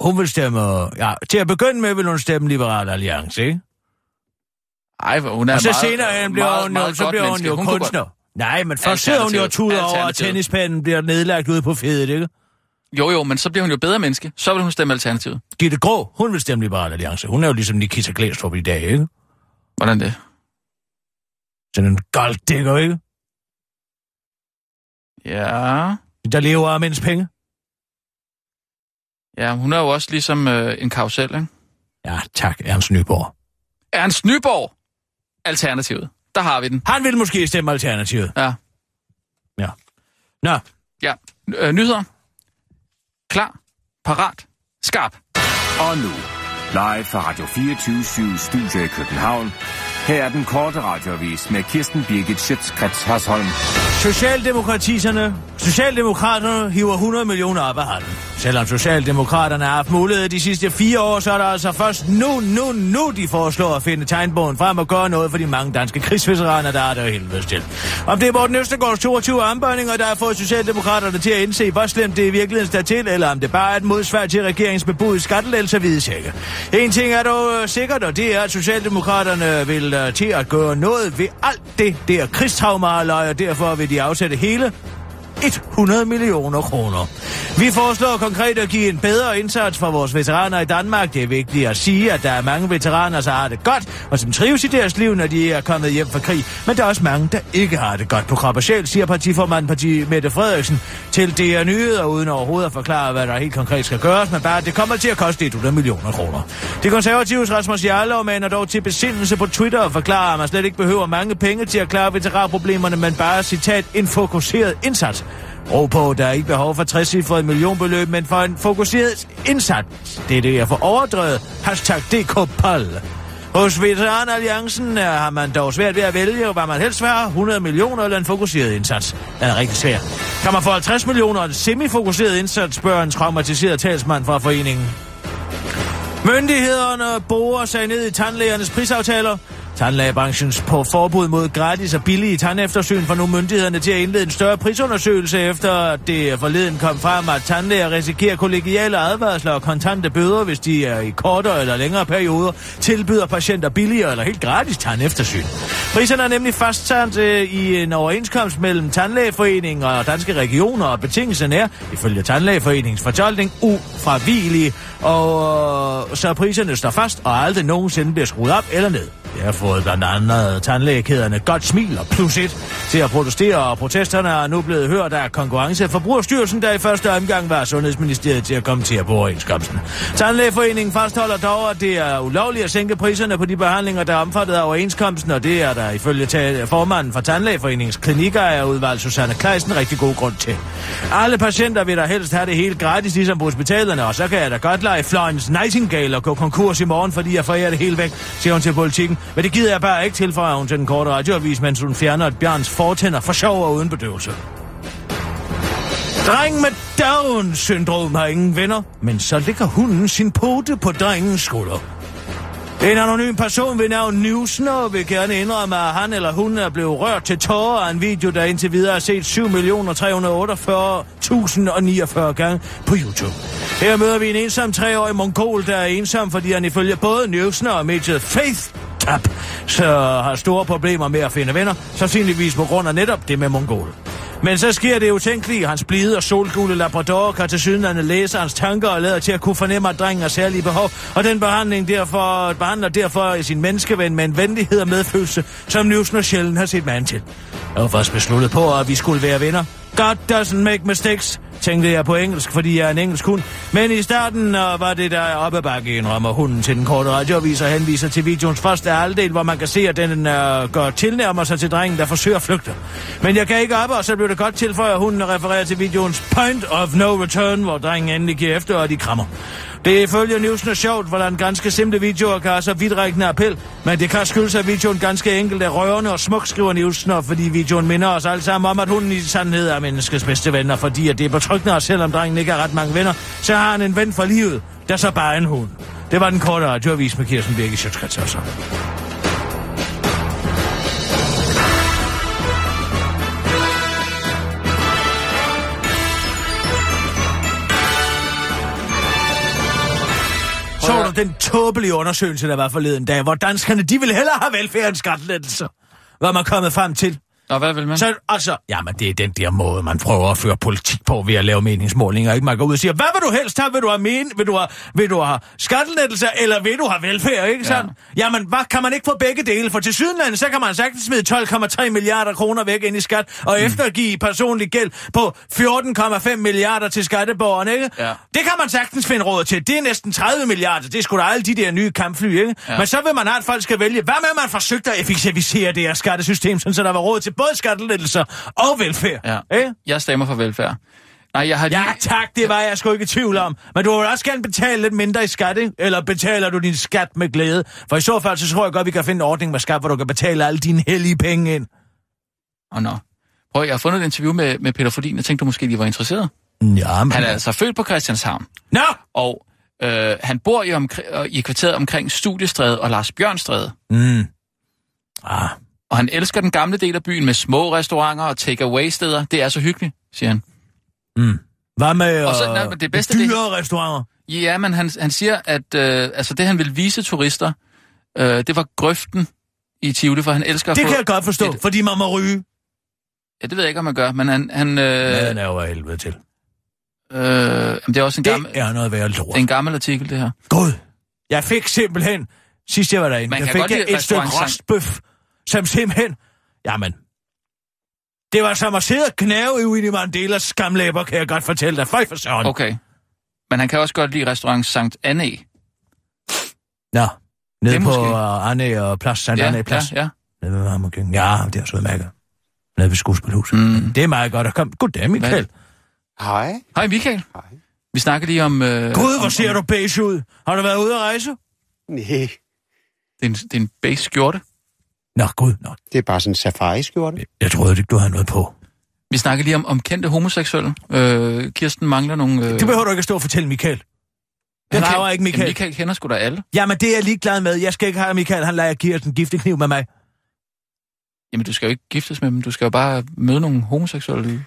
Hun ville stemme... Ja, til at begynde med ville hun stemme Liberal Alliance, ikke?
Ej, hvor hun er
og så
meget,
senere hen bliver
meget,
hun jo,
meget
så
godt
bliver hun
menneske.
jo
kunne
kunstner. Nej, men først sidder hun jo og
Alternativet.
tuder over, at
Alternativet.
tennispanden bliver nedlagt ude på fedet, ikke?
Godt, jo, jo, men så bliver hun jo bedre menneske. Så vil hun stemme alternativet.
Gitte Grå, hun vil stemme Liberal Alliance. Hun er jo ligesom Nikita Glæstrup i dag, ikke?
Hvordan det?
Sådan en golddækker, ikke?
Ja.
Der lever af mens penge.
Ja, hun er jo også ligesom øh, en karusel, ikke?
Ja, tak, Ernst Nyborg.
Ernst Nyborg. Alternativet. Der har vi den.
Han ville måske stemme alternativet.
Ja.
Ja. Nå,
Ja. Øh, nyheder. Klar. Parat. Skarp.
Og nu, live fra Radio 24 Studio i København. Her er den korte radiovis med Kirsten Birgit Schøtzgrads Hasholm.
Socialdemokratiserne, Socialdemokraterne hiver 100 millioner op af hånden. Selvom Socialdemokraterne har haft mulighed de sidste fire år, så er der altså først nu, nu, nu, de foreslår at finde tegnbogen frem og gøre noget for de mange danske krigsveteraner, der er der helvedes til. Om det er Morten Østergaards 22 armbøjninger, der har fået Socialdemokraterne til at indse, hvor slemt det i virkeligheden står til, eller om det bare er et modsvar til regeringens bebudede skattelægelser vides ikke. En ting er dog øh, sikkert, og det er, at Socialdemokraterne vil øh, til at gøre noget ved alt det der krigstraumaløg, og derfor vil de afsætte hele 100 millioner kroner. Vi foreslår konkret at give en bedre indsats for vores veteraner i Danmark. Det er vigtigt at sige, at der er mange veteraner, der har det godt, og som trives i deres liv, når de er kommet hjem fra krig. Men der er også mange, der ikke har det godt på krop og sjæl, siger partiformand parti Mette Frederiksen til DR Nyheder, uden overhovedet at forklare, hvad der helt konkret skal gøres, men bare, at det kommer til at koste 100 millioner kroner. Det konservatives Rasmus Jarlov maner dog til besindelse på Twitter og forklarer, at man slet ikke behøver mange penge til at klare veteranproblemerne, men bare, citat, en fokuseret indsats. Ro på, der er ikke behov for 60 millionbeløb, men for en fokuseret indsats. Det er det, jeg får overdrevet. Hashtag DKPOL. Hos Veteranalliancen øh, har man dog svært ved at vælge, hvad man helst vil have. 100 millioner eller en fokuseret indsats. Den er rigtig svær. Kan man få 50 millioner og en semifokuseret indsats, spørger en traumatiseret talsmand fra foreningen. Myndighederne borer sig ned i tandlægernes prisaftaler. Tandlægebranchens på forbud mod gratis og billige tandeftersyn får nu myndighederne til at indlede en større prisundersøgelse, efter at det forleden kom frem, at tandlæger risikerer kollegiale advarsler og kontante bøder, hvis de er i kortere eller længere perioder tilbyder patienter billigere eller helt gratis tandeftersyn. Priserne er nemlig fastsat øh, i en overenskomst mellem Tandlægeforeningen og Danske Regioner, og betingelsen er, ifølge Tandlægeforeningens fortolkning, ufravigelige, og øh, så priserne står fast og aldrig nogensinde bliver skruet op eller ned. Det har fået blandt andet tandlægekæderne Godt Smil og Plus Et til at protestere, og protesterne er nu blevet hørt af Konkurrence- og Forbrugerstyrelsen, der i første omgang var Sundhedsministeriet til at komme til at bruge overenskomsten. Tandlægeforeningen fastholder dog, at det er ulovligt at sænke priserne på de behandlinger, der er omfattet af overenskomsten, og det er der ifølge tal- formanden for Tandlægeforeningens klinikker er udvalgt Susanne Kleisen rigtig god grund til. Alle patienter vil da helst have det helt gratis, ligesom på hospitalerne, og så kan jeg da godt lege Florence Nightingale og gå konkurs i morgen, fordi jeg forærer det hele væk, siger hun til politikken. Men det gider jeg bare ikke tilføjer hun til den korte radioavis, mens hun fjerner et bjørns fortænder for sjov og uden bedøvelse. Drengen med Down-syndrom har ingen venner, men så ligger hunden sin pote på drengens skulder. En anonym person ved navn Newsner vil gerne indrømme, at han eller hun er blevet rørt til tårer af en video, der indtil videre er set 7.348.049 gange på YouTube. Her møder vi en ensom treårig mongol, der er ensom, fordi han ifølge både Newsner og mediet Faith tab, så har store problemer med at finde venner, sandsynligvis på grund af netop det med mongol. Men så sker det utænkelige. Hans blide og solgule labrador kan til sydenlandet læse hans tanker og lader til at kunne fornemme, at drengen har særlige behov, og den behandling derfor, behandler derfor sin menneskeven med en venlighed og medfølelse, som Newsen og sjældent har set mand til. Jeg var først besluttet på, at vi skulle være venner. God doesn't make mistakes, tænkte jeg på engelsk, fordi jeg er en engelsk hund. Men i starten øh, var det der op ad bakke, indrømmer hunden til den korte radioavis og henviser til videoens første halvdel, hvor man kan se, at den øh, gør tilnærmer sig til drengen, der forsøger at flygte. Men jeg kan ikke op, og så blev det godt tilføjet, at hunden refererer til videoens Point of No Return, hvor drengen endelig giver efter, og de krammer. Det er ifølge Newsen sjovt, hvordan ganske simple videoer kan have så vidtrækkende appel, men det kan skyldes, at videoen ganske enkelt er rørende og smuk, skriver Newsen, og fordi videoen minder os alle sammen om, at hunden i sandhed er menneskets bedste ven, og fordi at det er betryggende, og selvom drengen ikke har ret mange venner, så har han en ven for livet, der så bare er en hund. Det var den korte radioavis med Kirsten Birke Sjøtskrets også. Så du den tåbelige undersøgelse, der var forleden dag, hvor danskerne, de ville hellere have velfærd end skattelettelser. Hvad er man kommet frem til?
Nå, hvad vil man?
Så, altså, jamen det er den der måde, man prøver at føre politik på ved at lave meningsmålinger. Ikke? Man går ud og siger, hvad vil du helst have? Vil du have, men, vil du have, vil du have skattelettelser, eller vil du have velfærd? Ikke sådan? Ja. Jamen, hvad, kan man ikke få begge dele? For til sydenlandet, så kan man sagtens smide 12,3 milliarder kroner væk ind i skat, og mm. eftergive personlig gæld på 14,5 milliarder til skatteborgerne. Ikke?
Ja.
Det kan man sagtens finde råd til. Det er næsten 30 milliarder. Det er sgu da alle de der nye kampfly, ikke? Ja. Men så vil man have, at folk skal vælge. Hvad med, at man forsøgte at effektivisere det her skattesystem, sådan så der var råd til både skattelettelser og velfærd?
Ja.
Ikke?
Jeg stemmer for velfærd. Nej, jeg har lige...
Ja, tak, det var jeg sgu ikke i tvivl om. Men du vil også gerne betale lidt mindre i skat, ikke? Eller betaler du din skat med glæde? For i så fald, så tror jeg godt, vi kan finde en ordning med skat, hvor du kan betale alle dine hellige penge ind.
Åh, nå. Prøv, jeg har fundet et interview med, med Peter Fordin, jeg tænkte, du måske lige var interesseret.
Ja, men...
Han er altså født på Christianshavn,
Nå!
og øh, han bor i, omkri- øh, i kvarteret omkring Studiestræde og Lars Bjørnstræde.
Mm. Ah,
Og han elsker den gamle del af byen med små restauranter og takeaway-steder. Det er så hyggeligt, siger han.
hvad med
Og så-
øh,
nej, men det bedste, det-
dyre restauranter?
Ja, men han, han siger, at øh, altså det, han vil vise turister, øh, det var grøften i Tivoli, for han elsker at
Det
få...
kan jeg godt forstå,
et-
fordi man må ryge.
Ja, det ved jeg ikke, om man gør, men han... han øh,
Maden er jo af helvede til.
øh, jamen, det er også en gammel,
Det er noget værre lort.
det er en gammel artikel, det her.
God. Jeg fik simpelthen, sidst jeg var derinde,
Man
jeg
kan
fik
godt lide
et stykke
restaurantsang.
rostbøf, som simpelthen, jamen, det var som at sidde og knæve i Winnie Mandelas skamlæber, kan jeg godt fortælle dig. Føj for søren. Okay.
Okay. Men han kan også godt lide restaurant Sankt Anne.
Nå,
Det
nede
er
på
måske-
uh, Anne og Plads, Sankt ja,
Ja,
Anne
ja,
Plads. Ja,
ja.
ja. Nede ved Hammerkøkken. Ja, det er så udmærket. Nede ved skuespilhuset.
Mm.
Mm. Det er meget godt at komme. Goddag, Michael.
Hej.
Hej, Michael. Hej. Vi snakker lige om... Øh,
Gud, hvor
om,
ser
om-
du beige ud. Har du været ude at rejse?
Nej,
Det er en, det er en beige skjorte.
Nå, gud, nå.
det er bare sådan en safari-skjorte.
Jeg troede ikke, du havde noget på.
Vi snakker lige om, om kendte homoseksuelle. Øh, Kirsten mangler nogle... Øh,
Det behøver du ikke at stå og fortælle, Michael. Det rager ikke, Michael.
Jamen, Michael kender sgu da alle.
Jamen, det er jeg ligeglad med. Jeg skal ikke have Michael, han leger giver den gifte kniv med mig.
Jamen, du skal jo ikke giftes med dem. Du skal jo bare møde nogle homoseksuelle.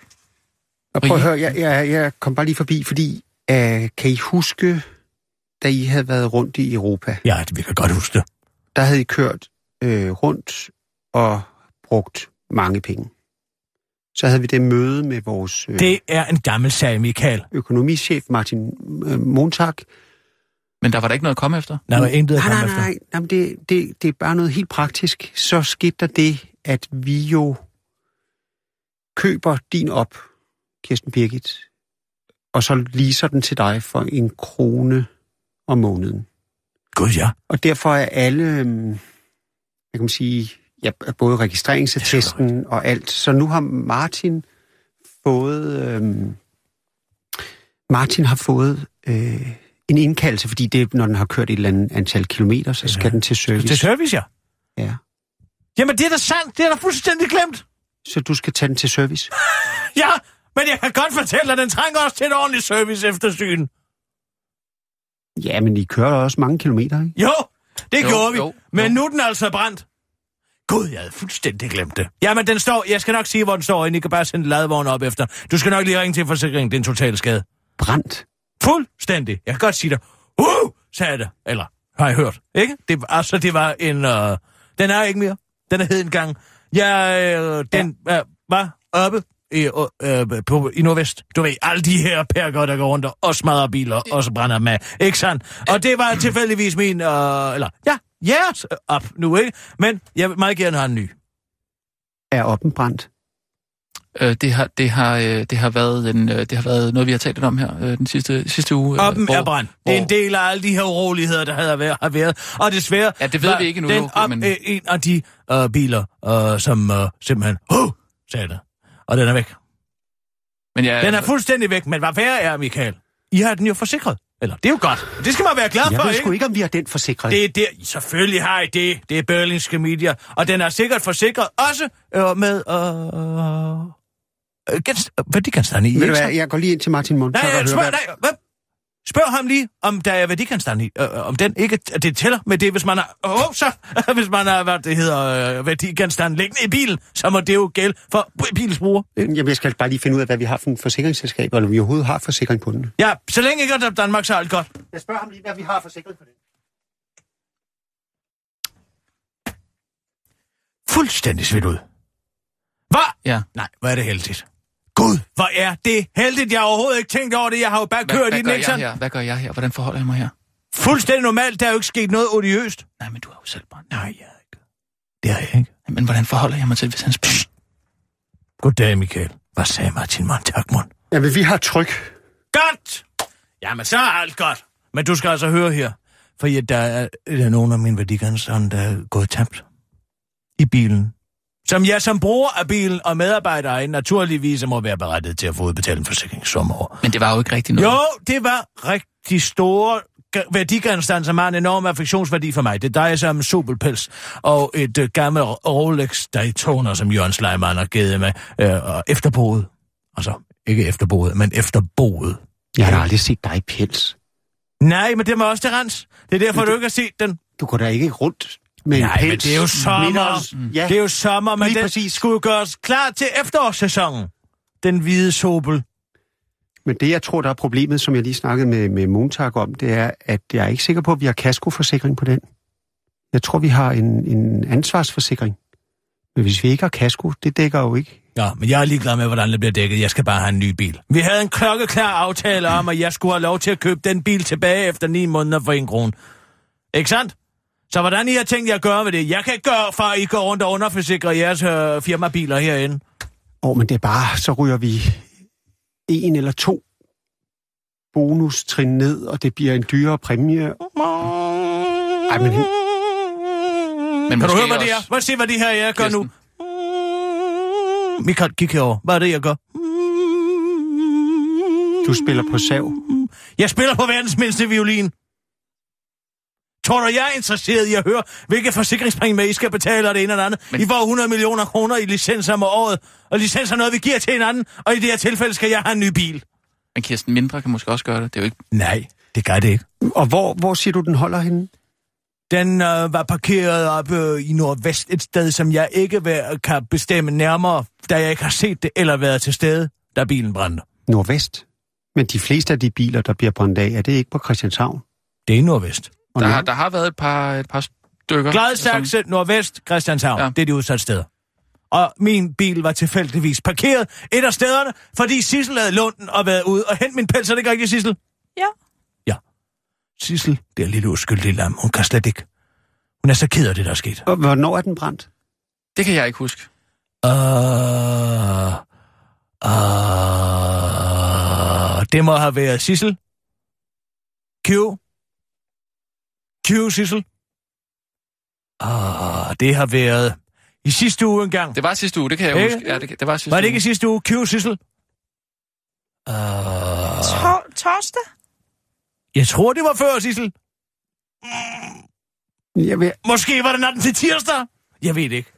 Og prøv at høre, jeg, jeg, jeg kom bare lige forbi, fordi øh, kan I huske, da I havde været rundt i Europa?
Ja, det vi kan godt huske det.
Der havde I kørt øh, rundt og brugt mange penge. Så havde vi det møde med vores øh,
Det er en gammel sag, Michael.
økonomichef, Martin øh, Montag,
Men der var der ikke noget at komme efter.
Nej, der er intet at
Nej,
komme
nej,
efter.
nej. nej men det, det, det er bare noget helt praktisk. Så skete der det, at vi jo køber din op, Kirsten Birgit, og så leaser den til dig for en krone om måneden.
Gud, ja.
Og derfor er alle, øhm, hvad kan man sige, ja, både registreringsattesten og alt. Så nu har Martin fået, øhm, Martin har fået øh, en indkaldelse, fordi det er, når den har kørt et eller andet antal kilometer, så skal den til service.
Til service, ja.
Ja.
Jamen, det er da sandt. Det er da fuldstændig glemt.
Så du skal tage den til service.
Ja, men jeg kan godt fortælle dig, den trænger også til et ordentligt service eftersyn.
Ja, men I kører da også mange kilometer, ikke?
Hm? Jo, det
Jo,
jo, gjorde vi.
jo,
Jo, men
jo.
jo. nu er den altså brændt. Gud, jeg havde fuldstændig glemt det. Jamen, den står... Jeg skal nok sige, hvor den står inde. I kan bare sende ladvogn op efter. Du skal nok lige ringe til forsikringen. Det er en total skade.
Brændt.
Fuldstændig. Jeg kan godt sige dig. Uh, sagde jeg det. Eller, har jeg hørt. Ikke? Det, altså, det var en... Øh, den er ikke mere. Den er hed engang. Jeg, øh, den øh, var oppe i, øh, øh, på, i Nordvest. Du ved, alle de her perker, der går rundt og- og smadrer biler, og så brænder dem af. Ikke sandt? Og det var tilfældigvis min... Øh, eller, ja, jeres øh, op nu, ikke? Men jeg vil meget gerne have en ny.
Er oppen brændt.
Øh, det, har, det, har, øh, det, har været en, øh, det har været noget, vi har talt lidt om her øh, den sidste, sidste uge. øh,
Oppen er brændt. Det er en
hvor-
del af alle de her uroligheder, der havde været, har været. Og desværre
Ja, det ved
var
vi ikke endnu,
den
jo,
op,
men-
men... en af de øh, biler, øh, som øh, simpelthen... Huh! sagde det. Og den er væk.
Men jeg,
Den er fuldstændig væk, men hvad værre er, Michael? I har den jo forsikret. Eller, det er jo godt. Det skal man være glad
Jeg
for,
ved
ikke?
sgu ikke, om vi har den forsikret.
Det er der. Selvfølgelig har I det. Det er Berlingske Media. Og den er sikkert forsikret også øh, med... Øh, øh, gens, øh, værdigenstande i,
Ved du
ikke
hvad,
sandt?
jeg går lige ind til Martin Mund.
Nej,
så kan
nej,
du
spørg,
høre,
nej, hvad? Spørg ham lige, om der er værdigenstand i. Øh, om den ikke, at det tæller med det, hvis man har, åh, oh, så, hvis man har, hvad det hedder, øh, værdigenstand liggende i bilen, så må det jo gælde for bilens bruger.
hvad- Jamen, jeg skal bare lige finde ud af, hvad vi har for en forsikringsselskab, eller om vi overhovedet har forsikring på den.
Ja, så længe ikke er Danmark, så er alt godt.
Jeg spørger ham lige, hvad vi har forsikret på den.
Fuldstændig svidt ud. Hvad?
Ja.
Nej, hvor er det heldigt. Gud, hvor er det heldigt. Jeg har overhovedet ikke tænkt over det. Jeg har jo bare
Hvad,
kørt i
hvad,
den,
gør
ikke
jeg
sådan?
her? hvad gør jeg her? Hvordan forholder jeg mig her?
Fuldstændig normalt. Der er jo ikke sket noget odiøst.
Nej, men du har jo selv brændt.
Nej, jeg er ikke. Det har jeg ikke.
Men hvordan forholder jeg mig til, hvis han spørger?
Goddag, Michael. Hvad sagde Martin Montagmund?
Jamen, vi har tryk.
Godt! Jamen, så er alt godt. Men du skal altså høre her, for ja, der, er, der er nogen af mine værdigenstande, der er gået tabt i bilen. Som jeg som bruger af bilen og medarbejder af naturligvis må være berettiget til at få udbetalt en forsikringssum over.
Men det var jo ikke rigtigt noget.
Jo, det var rigtig store g- værdigenstande, som har en enorm affektionsværdi for mig. Det drejer sig om en sobelpels og et øh, gammelt Rolex Daytona, som Jørgen Sleiman har givet mig. Øh, og efterboet. Altså, ikke efterboet, men efterboet.
Jeg har da aldrig set dig i pels.
Nej, men det må også til rens. Det er derfor, du ikke har set den.
Du går da ikke rundt med
Nej,
en
men
pels.
det er jo
midt
sommer.
om-
Ja.
Ja,
Det er jo sommer, men
Lige
den
præcis.
skulle gøres klar til efterårssæsonen. Den hvide sobel.
men det, jeg tror, der er problemet, som jeg lige snakkede med, med Montag om, det er, at jeg er ikke sikker på, at vi har kaskoforsikring på den. Jeg tror, vi har en, en ansvarsforsikring. Men hvis vi ikke har kasko, det dækker jo ikke.
Ja, men jeg er ligeglad med, hvordan det bliver dækket. Jeg skal bare have en ny bil. Vi havde en klokkeklar aftale om, at jeg skulle have lov til at købe den bil tilbage efter 9 måneder for en krone. Ikke sandt? Så hvordan I har tænkt jer at gøre ved det? Jeg kan ikke gøre, for at I går rundt og underforsikrer jeres øh, firmabiler herinde.
Åh, men det er bare, så ryger vi en eller to bonustrin ned, og det bliver en dyrere præmie. Ej, men
Men
Kan du
måske
høre, hvad det er?
også-
Hvad se, hvad det her jeg gør nu?
Kirsten.
Michael, kig herover. Hvad er det, jeg gør?
du spiller på sav.
Jeg spiller på verdens mindste violin. Tror du, jeg er interesseret i at høre, hvilke forsikringspræmier I skal betale og det ene og det andet? Men... I får 100 millioner kroner i licenser om året, og licenser er noget, vi giver til hinanden, og i det her tilfælde skal jeg have en ny bil.
Men Kirsten Mindre kan måske også gøre det. Det er jo ikke...
Nej, det gør det ikke.
Og hvor, hvor siger du, den holder henne?
Den øh, var parkeret op øh, i Nordvest, et sted, som jeg ikke vil, øh, kan bestemme nærmere, da jeg ikke har set det eller været til stede, da bilen brændte.
Nordvest. Men de fleste af de biler, der bliver brændt af, er det ikke på Christianshavn?
Det er i Nordvest.
Og
Der,
nu-
har, der har været et par, et par stykker. som-
Gladsaxe, Nordvest, Christianshavn.
Ja.
Ja. Det er de udsatte steder. Og min bil var tilfældigvis parkeret et af stederne, fordi Sissel havde lånt den og været ude og hente min pels. Er det ikke rigtigt, Sissel?
Ja.
Ja. Sissel, det er lille uskyldige lam, hun kan slet ikke. Hun er så ked af det, der er sket.
Og hvornår er den brændt?
Det kan jeg ikke huske.
Uh, uh, det må have været Sissel. Q. Q, Sissel. Uh, det har været i sidste uge engang.
Det var sidste uge, det kan jeg
Ikke?
huske. Ja, det, det var sidste
Var det
uge.
ikke i sidste uge? Q, Sissel. Uh,
Tor- torsdag?
jeg tror, det var før, Sissel.
Jeg ved,
Måske var det natten til tirsdag. Jeg ved det ikke.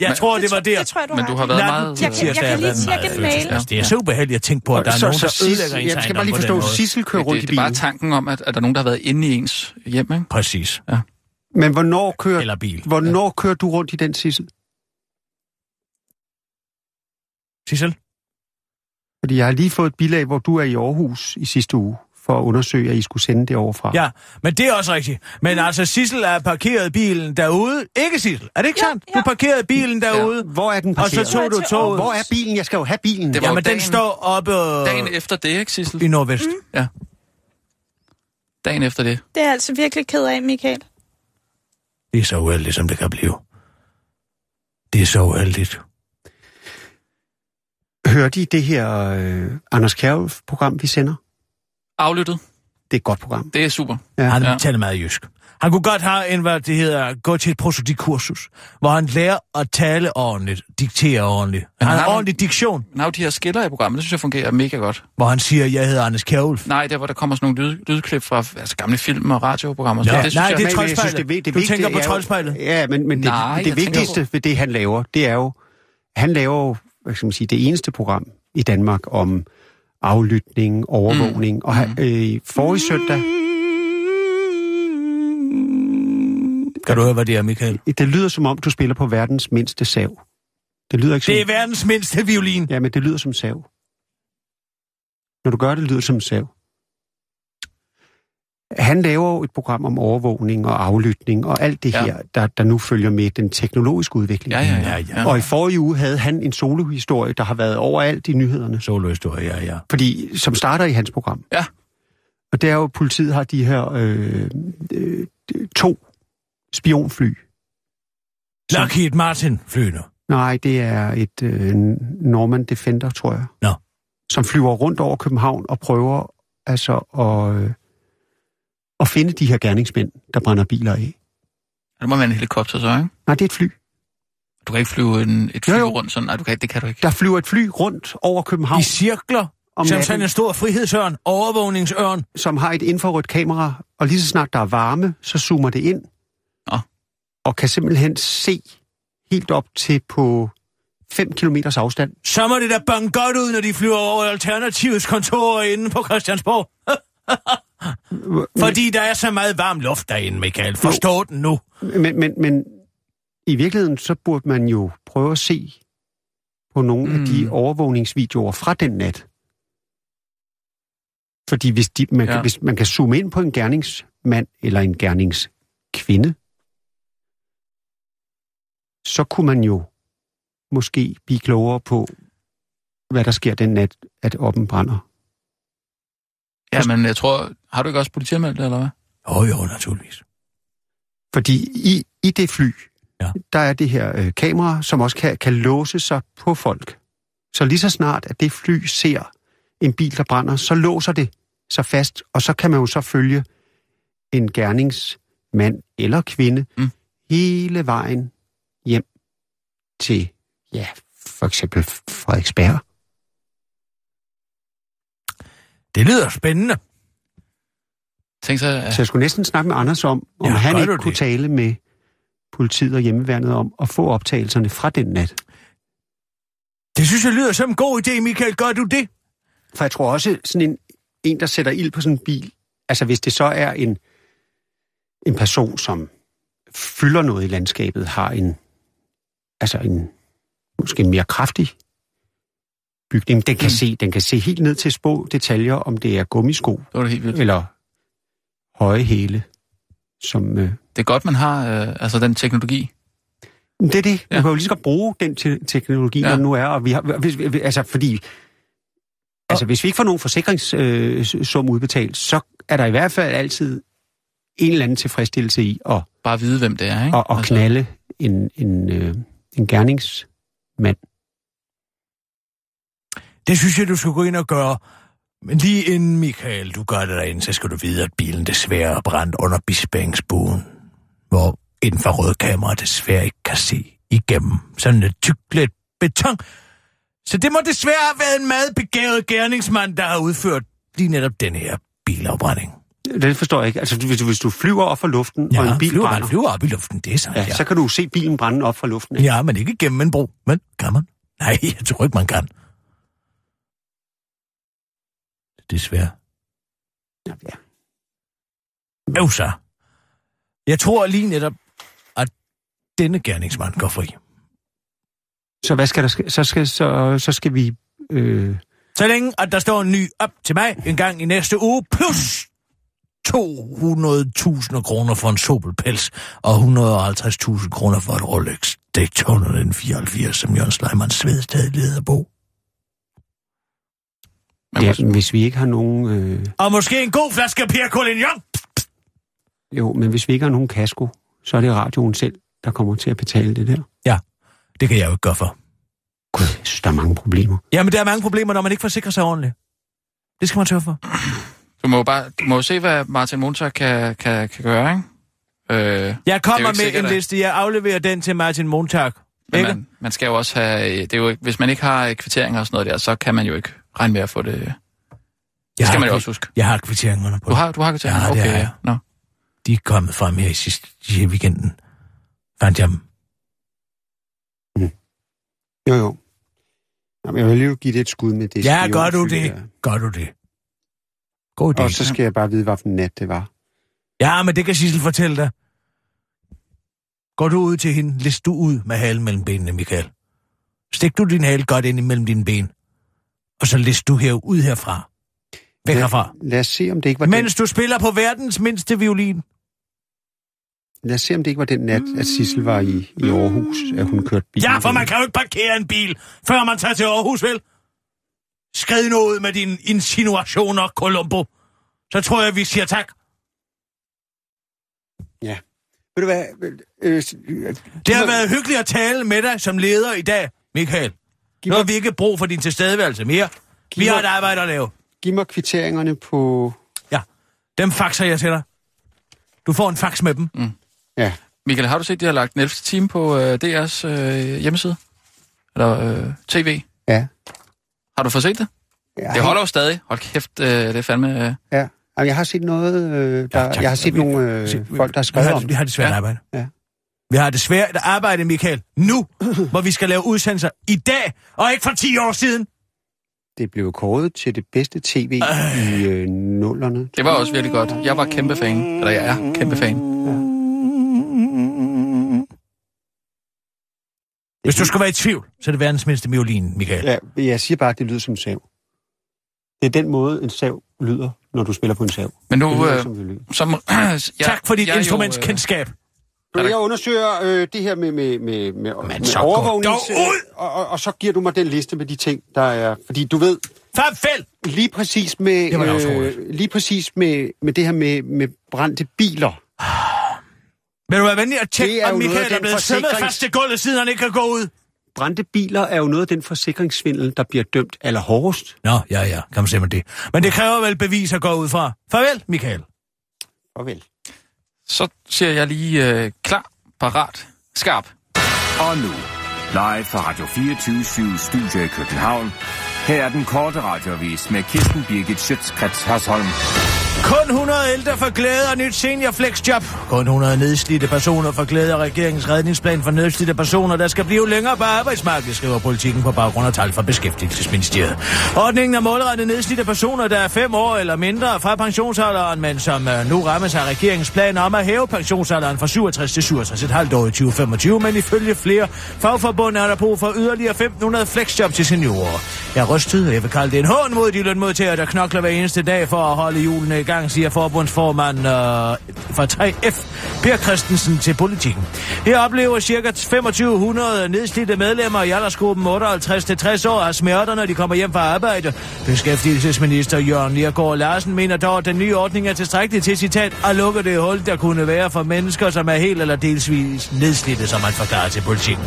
Jeg
Men-
tror, det var der.
Det tror jeg, du
Men
har.
du har
ret i.
været
Natten
meget... øh,
til
Jeg kan- jeg kan
tirsdag er
lige
været
tjekke
meget
en mail.
ødelagt. Altså, Det er så ubeheldigt at tænke på, at der er nogen, der ødelægger ens
Jeg skal bare
ejendom
lige
på den
forstå,
måde.
Sissel kører rundt i
det, det er bare
bilen.
tanken om, at, at der er nogen, der har været inde i ens hjem, ikke?
Præcis.
Men hvornår kører,
Eller bil.
hvornår kører du rundt i den, Sissel?
Sissel?
Fordi jeg har lige fået et bilag, hvor du er i Aarhus i sidste uge, for at undersøge, at I skulle sende det overfra.
Ja, men det er også rigtigt.
Mm.
Men altså, Sissel er parkeret bilen derude. Ikke Sissel, er det ikke
Jo,
sandt?
jo.
Du parkerede bilen derude.
Hvor er den
Og så
parkeret?
tog du toget.
Hvor er bilen? Jeg skal jo have bilen.
Det var-
Jamen, den
dagen-
står oppe
Dagen
øh,
efter Mm. det, ikke, Sissel?
i nordvest.
Dagen efter det.
Det er jeg altså virkelig ked af, Michael.
Det er så uheldigt, som det kan blive. Det er så uheldigt.
Hørte I det her øh, Anders Kjærulf-program, vi sender?
Aflyttet.
Det er et godt program.
Det er super.
Han
Ja.
ja. taler meget jysk. Han kunne godt have en, hvad det hedder, gå til et prosodikursus, hvor han lærer at tale ordentligt, diktere ordentligt.
han
Han har
har
en
nogle-
ordentlig diktion,
Men har jo de her skiller i programmet, det synes jeg fungerer mega godt.
hvor han siger, jeg hedder Anders Kjærulf.
Nej, der hvor der kommer sådan nogle lyd, lydklip fra altså, gamle film og radioprogrammer. og sådan
Ja,
noget. det synes
nej,
jeg,
det
Men- men jeg synes,
troldspejlet.
det vi- det
Du
vigtige
tænker på
er jo-
troldspejlet.
Ja, men, men det,
Nej,
det
jeg tænker
vigtigste ved det, han laver, det er jo, han laver jo, hvad skal man sige, det eneste program i Danmark om aflytning, overvågning. Mm. Og han- øh, forrige søndag,
Kan du høre, hvad det er, Michael?
det lyder som om, du spiller på verdens mindste sav. Det lyder ikke som...
Det er verdens mindste violin.
Ja, men det lyder som sav. Når du gør det, lyder det som sav. Han laver jo et program om overvågning og aflytning og alt det
Ja.
ja. her, der, der nu følger med den teknologiske udvikling.
ja, ja, ja, ja.
Og i forrige uge havde han en solohistorie, der har været overalt i nyhederne,
Solohistorie, ja, ja.
fordi, som starter i hans program.
Ja.
Og det er jo, at politiet har de her øh, øh, to spionfly.
Lockheed Martin flyene.
Nej, det er et øh, Norman Defender, tror jeg.
Nå.
Som flyver rundt over København og prøver altså at, øh, at finde de her gerningsmænd, der brænder biler af.
Det må være en helikopter så, ikke?
Nej, det er et fly.
Du kan ikke flyve en, et fly
Jo, jo.
rundt sådan. Nej, du kan, ikke- det kan du ikke.
Der flyver et fly rundt over København,
I cirkler,
Om
som
natten.
sådan en stor frihedsørn, overvågningsørn.
som har et infrarødt kamera, og lige så snart der er varme, så zoomer det ind.
Nå.
Og kan simpelthen se helt op til på 5 km afstand.
Så må det da bange godt ud, når de flyver over Alternativets kontor inde på Christiansborg. Fordi der er så meget varm luft derinde, Michael. Forstå den nu.
Men, men, men i virkeligheden, så burde man jo prøve at se på nogle mm. af de overvågningsvideoer fra den nat. Fordi hvis, de, man,
Ja.
ja. hvis man kan zoome ind på en gerningsmand eller en gerningskvinde, så kunne man jo måske blive klogere på, hvad der sker den nat, at oppen brænder.
Ja, men jeg tror... Har du ikke også politianmeldt det, eller hvad?
Åh oh, jo, naturligvis.
Fordi i, i det fly,
Ja.
ja. der er det her øh, kamera, som også kan, kan låse sig på folk. Så lige så snart, at det fly ser en bil, der brænder, så låser det sig fast, og så kan man jo så følge en gerningsmand eller kvinde
Mm.
mm. hele vejen hjem til, ja, for eksempel Frederiksberg.
Det lyder spændende.
Tænk så...
Ja.
at-
Så jeg skulle næsten snakke med Anders om, om
Ja,
ja, han
gør
ikke
du
kunne
det?
tale med politiet og hjemmeværnet om at få optagelserne fra den nat.
Det synes jeg lyder som en god idé, Michael. Gør du det?
For jeg tror også, sådan en, en der sætter ild på sådan en bil, altså hvis det så er en, en person, som fylder noget i landskabet, har en, altså en, måske en mere kraftig bygning. Den kan,
Mm.
se, den kan se helt ned til små detaljer, om det er gummisko
Det var det helt vildt.
eller høje hæle. Som, øh,
Det er godt, man har øh, altså den teknologi.
det er det. Man
Ja.
kan jo lige så godt bruge den te- teknologi,
Ja.
ja. der nu er. Og vi har, hvis, vi- altså, fordi, altså, hvis vi ikke får nogen forsikringssum øh, s- sum udbetalt, så er der i hvert fald altid en eller anden tilfredsstillelse i at,
Bare vide, hvem det er, ikke? Altså,
at, at knalde en, en, øh, en gerningsmand.
Det synes jeg, du skal gå ind og gøre. Men lige inden, Michael, du gør det derinde, så skal du vide, at bilen desværre er brændt under Bispængsbuen, hvor infrarødkamera desværre ikke kan se igennem sådan et tykt lidt beton. Så det må desværre have været en meget begavet gerningsmand, der har udført lige netop den her bilafbrænding.
Det forstår jeg ikke. Altså, hvis, du- hvis du flyver op fra luften, ja, og en bil
flyver,
brænder,
man flyver op i luften, det er sandt,
ja, så kan du jo se bilen brænde op fra luften. Ikke?
ja, men ikke gennem en bro. Men kan man? Nej, jeg tror ikke, man kan. Desværre.
Ja. ja.
Øv så. Jeg tror lige netop, at denne gerningsmand går fri.
Så hvad skal der ske? Så skal, så, så skal vi... Øh,
Så længe, at der står en ny op til mig en gang i næste uge, plus 200.000 kroner for en sobelpels, og 150.000 kroner for et Rolex Daytona 84, som Jørgen Sleiman Svedsted leder på.
Man
ja,
må-
men hvis vi ikke har nogen... Øh,
Og måske en god flaske Pierre Collignon.
jo, men hvis vi ikke har nogen kasko, så er det radioen selv, der kommer til at betale det der.
Det kan jeg jo ikke gøre for.
Gud, jeg synes, der er mange problemer.
Jamen, der er mange problemer, når man ikke forsikrer sig ordentligt. Det skal man tørre for.
Du må jo bare, du må jo se, hvad Martin Monter kan, kan, kan gøre, ikke? Øh,
Jeg
Det er jo
kommer
ikke
med
sikkert,
en
at-
liste. Jeg afleverer den til Martin Montag.
men
Ikke?
man, man skal jo også have... øh, Det er jo, ikke- hvis man ikke har øh, kvitteringer og sådan noget der, så kan man jo ikke regne med at få det... Det
Jeg har
skal man jo
kvi-
også huske.
Jeg har kvitteringerne på.
Du har, du har kvitteringer?
Ja, det
okay,
har jeg.
Nå.
De er kommet frem her i sidste i weekenden. Fandt jeg dem.
Jo, jo. Jamen, jeg vil lige give det et skud med det.
Ja,
spion-
gør du
fyr
det?
der.
Gør du det? God idé.
Og så skal jeg bare vide, hvilken nat det var.
Ja, men det kan Sissel fortælle dig. Går du ud til hende, list du ud med halen mellem benene, Michael. Stik du din hale godt ind imellem dine ben. Og så list du her ud herfra. Væk
Ja,
herfra.
Lad os se, om det ikke var
Mens du spiller på verdens mindste violin.
den, lad os se, om det ikke var den nat, at Sissel var i, i Aarhus, at hun kørte bil.
Ja, for man kan jo ikke parkere en bil, før man tager til Aarhus, vel? Skrid nu ud med dine insinuationer, Columbo. Så tror jeg, vi siger tak.
Ja. Ved du hvad? Øh, øh,
Det har været hyggeligt at tale med dig som leder i dag, Michael.
Giv
Nu har
mig,
vi ikke brug for din tilstedeværelse mere. Vi
Giv
har
mig-
et arbejde at lave.
giv mig kvitteringerne på...
Ja, dem faxer jeg til dig. Du får en fax med dem.
Ja,
Michael, har du set, de har lagt den 11. time på øh, DR's øh, hjemmeside? Eller øh, tv?
ja.
Har du fået set det?
ja.
Det holder jo stadig. Hold kæft, øh, det er fandme... Øh.
Ja. Jamen, jeg har set noget, øh, der,
Ja, tak.
jeg har set
Vi-
nogle øh,
Se, vi-
folk, der har
vi
skrevet
har-
om
Vi
det.
har desværre
Ja.
ja. arbejde.
Ja.
Vi har desværre et arbejde, Michael, nu, hvor vi skal lave udsendelser i dag, og ikke for 10 år siden.
Det blev kåret til det bedste tv i øh, nullerne.
Det var også virkelig godt. Jeg var kæmpe fan. Eller jeg er kæmpe fan.
Hvis du skal være i tvivl, så er det verdens mindste violin, Michael.
Ja, jeg siger bare, at det lyder som en sav. Det er den måde, en sav lyder, når du spiller på en sav.
Men
Det
Uh,
nu...
lyder,
Øh,
som det lyder.
som, jeg,
Tak for dit
jeg er jo, øh,
instrumentskendskab.
Er der-
Jeg undersøger øh, det her med, med, med, med, med
så gå
overvågning,
dog ud!
og, og, og så giver du mig den liste med de ting, der er... Fordi du ved,
Farvel!
lige præcis med,
Det var da også roligt.
øh, lige præcis med, med det her med, med brændte biler,
Vil du være venlig at
Det
tjekke,
er jo
om
noget af
Michael er
den
blevet forsikrings...
forsikrings-
fast til gulvet, siden han ikke kan gå ud?
brændte biler er jo noget af den forsikringssvindel, der bliver dømt allerhårdest.
Nå, ja, ja, kan man se med det. Men det kræver vel bevis at gå ud fra. Farvel, Michael.
Farvel.
Så ser jeg lige øh, klar, parat, skarp.
Og nu, live fra Radio 24 Studio i København. Her er den korte radiovis med Kirsten Birgit Schøtzgrads Hasholm.
Kun 100 ældre får glæde og nyt seniorflexjob. Kun 100 nedslidte personer får glæde af regeringens redningsplan for nedslidte personer, der skal blive længere på arbejdsmarkedet, skriver politikken på baggrund af tal fra Beskæftigelsesministeriet. Ordningen er målrettet nedslidte personer, der er fem år eller mindre fra pensionsalderen, men som øh, nu rammes af regeringens plan om at hæve pensionsalderen fra 67 til 67 et halvt år i 2025, men ifølge flere fagforbund er der brug for yderligere 1500 flexjob til seniorer. Jeg er rystet, og jeg vil kalde det en hån mod de lønmodtagere, der knokler hver eneste dag for at holde hjulene i gang gang, siger forbundsformand øh, fra 3F, Per Christensen, til politikken. Her oplever ca. 2500 nedslidte medlemmer i aldersgruppen 58-60 år af smerter, når de kommer hjem fra arbejde. Beskæftigelsesminister Jørgen Nergård Larsen mener dog, at den nye ordning er tilstrækkelig til, citat, at lukke det hul, der kunne være for mennesker, som er helt eller delsvis nedslidte, som man forklarer til politikken.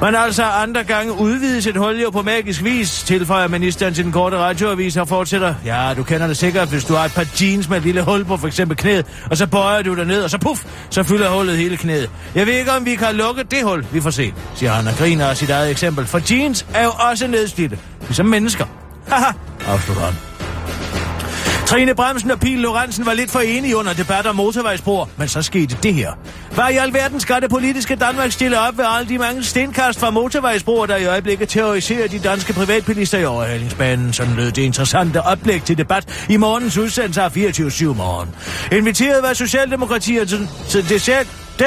Men altså andre gange udvides et hul jo på magisk vis, tilføjer ministeren til den korte radioavis og fortsætter. Ja, du kender det sikkert, hvis du har et par jeans med et lille hul på for eksempel knæet, og så bøjer du dig ned, og så puff, så fylder hullet hele knæet. Jeg ved ikke, om vi kan lukke det hul, vi får se, siger han og griner af sit eget eksempel, for jeans er jo også nedslidte, ligesom mennesker. Haha, afslutter han. Trine Bremsen og Pil Lorentzen var lidt for enige under debat om motorvejsbroer, men så skete det her. Hvad i alverden skal det politiske Danmark stille op ved alle de mange stenkast fra motorvejsbroer, der i øjeblikket terroriserer de danske privatbilister i overhalingsbanen? Sådan lød det interessante oplæg til debat i morgens udsendelse af 24-7 morgen. Inviteret var Socialdemokratiet til, til dessert, den,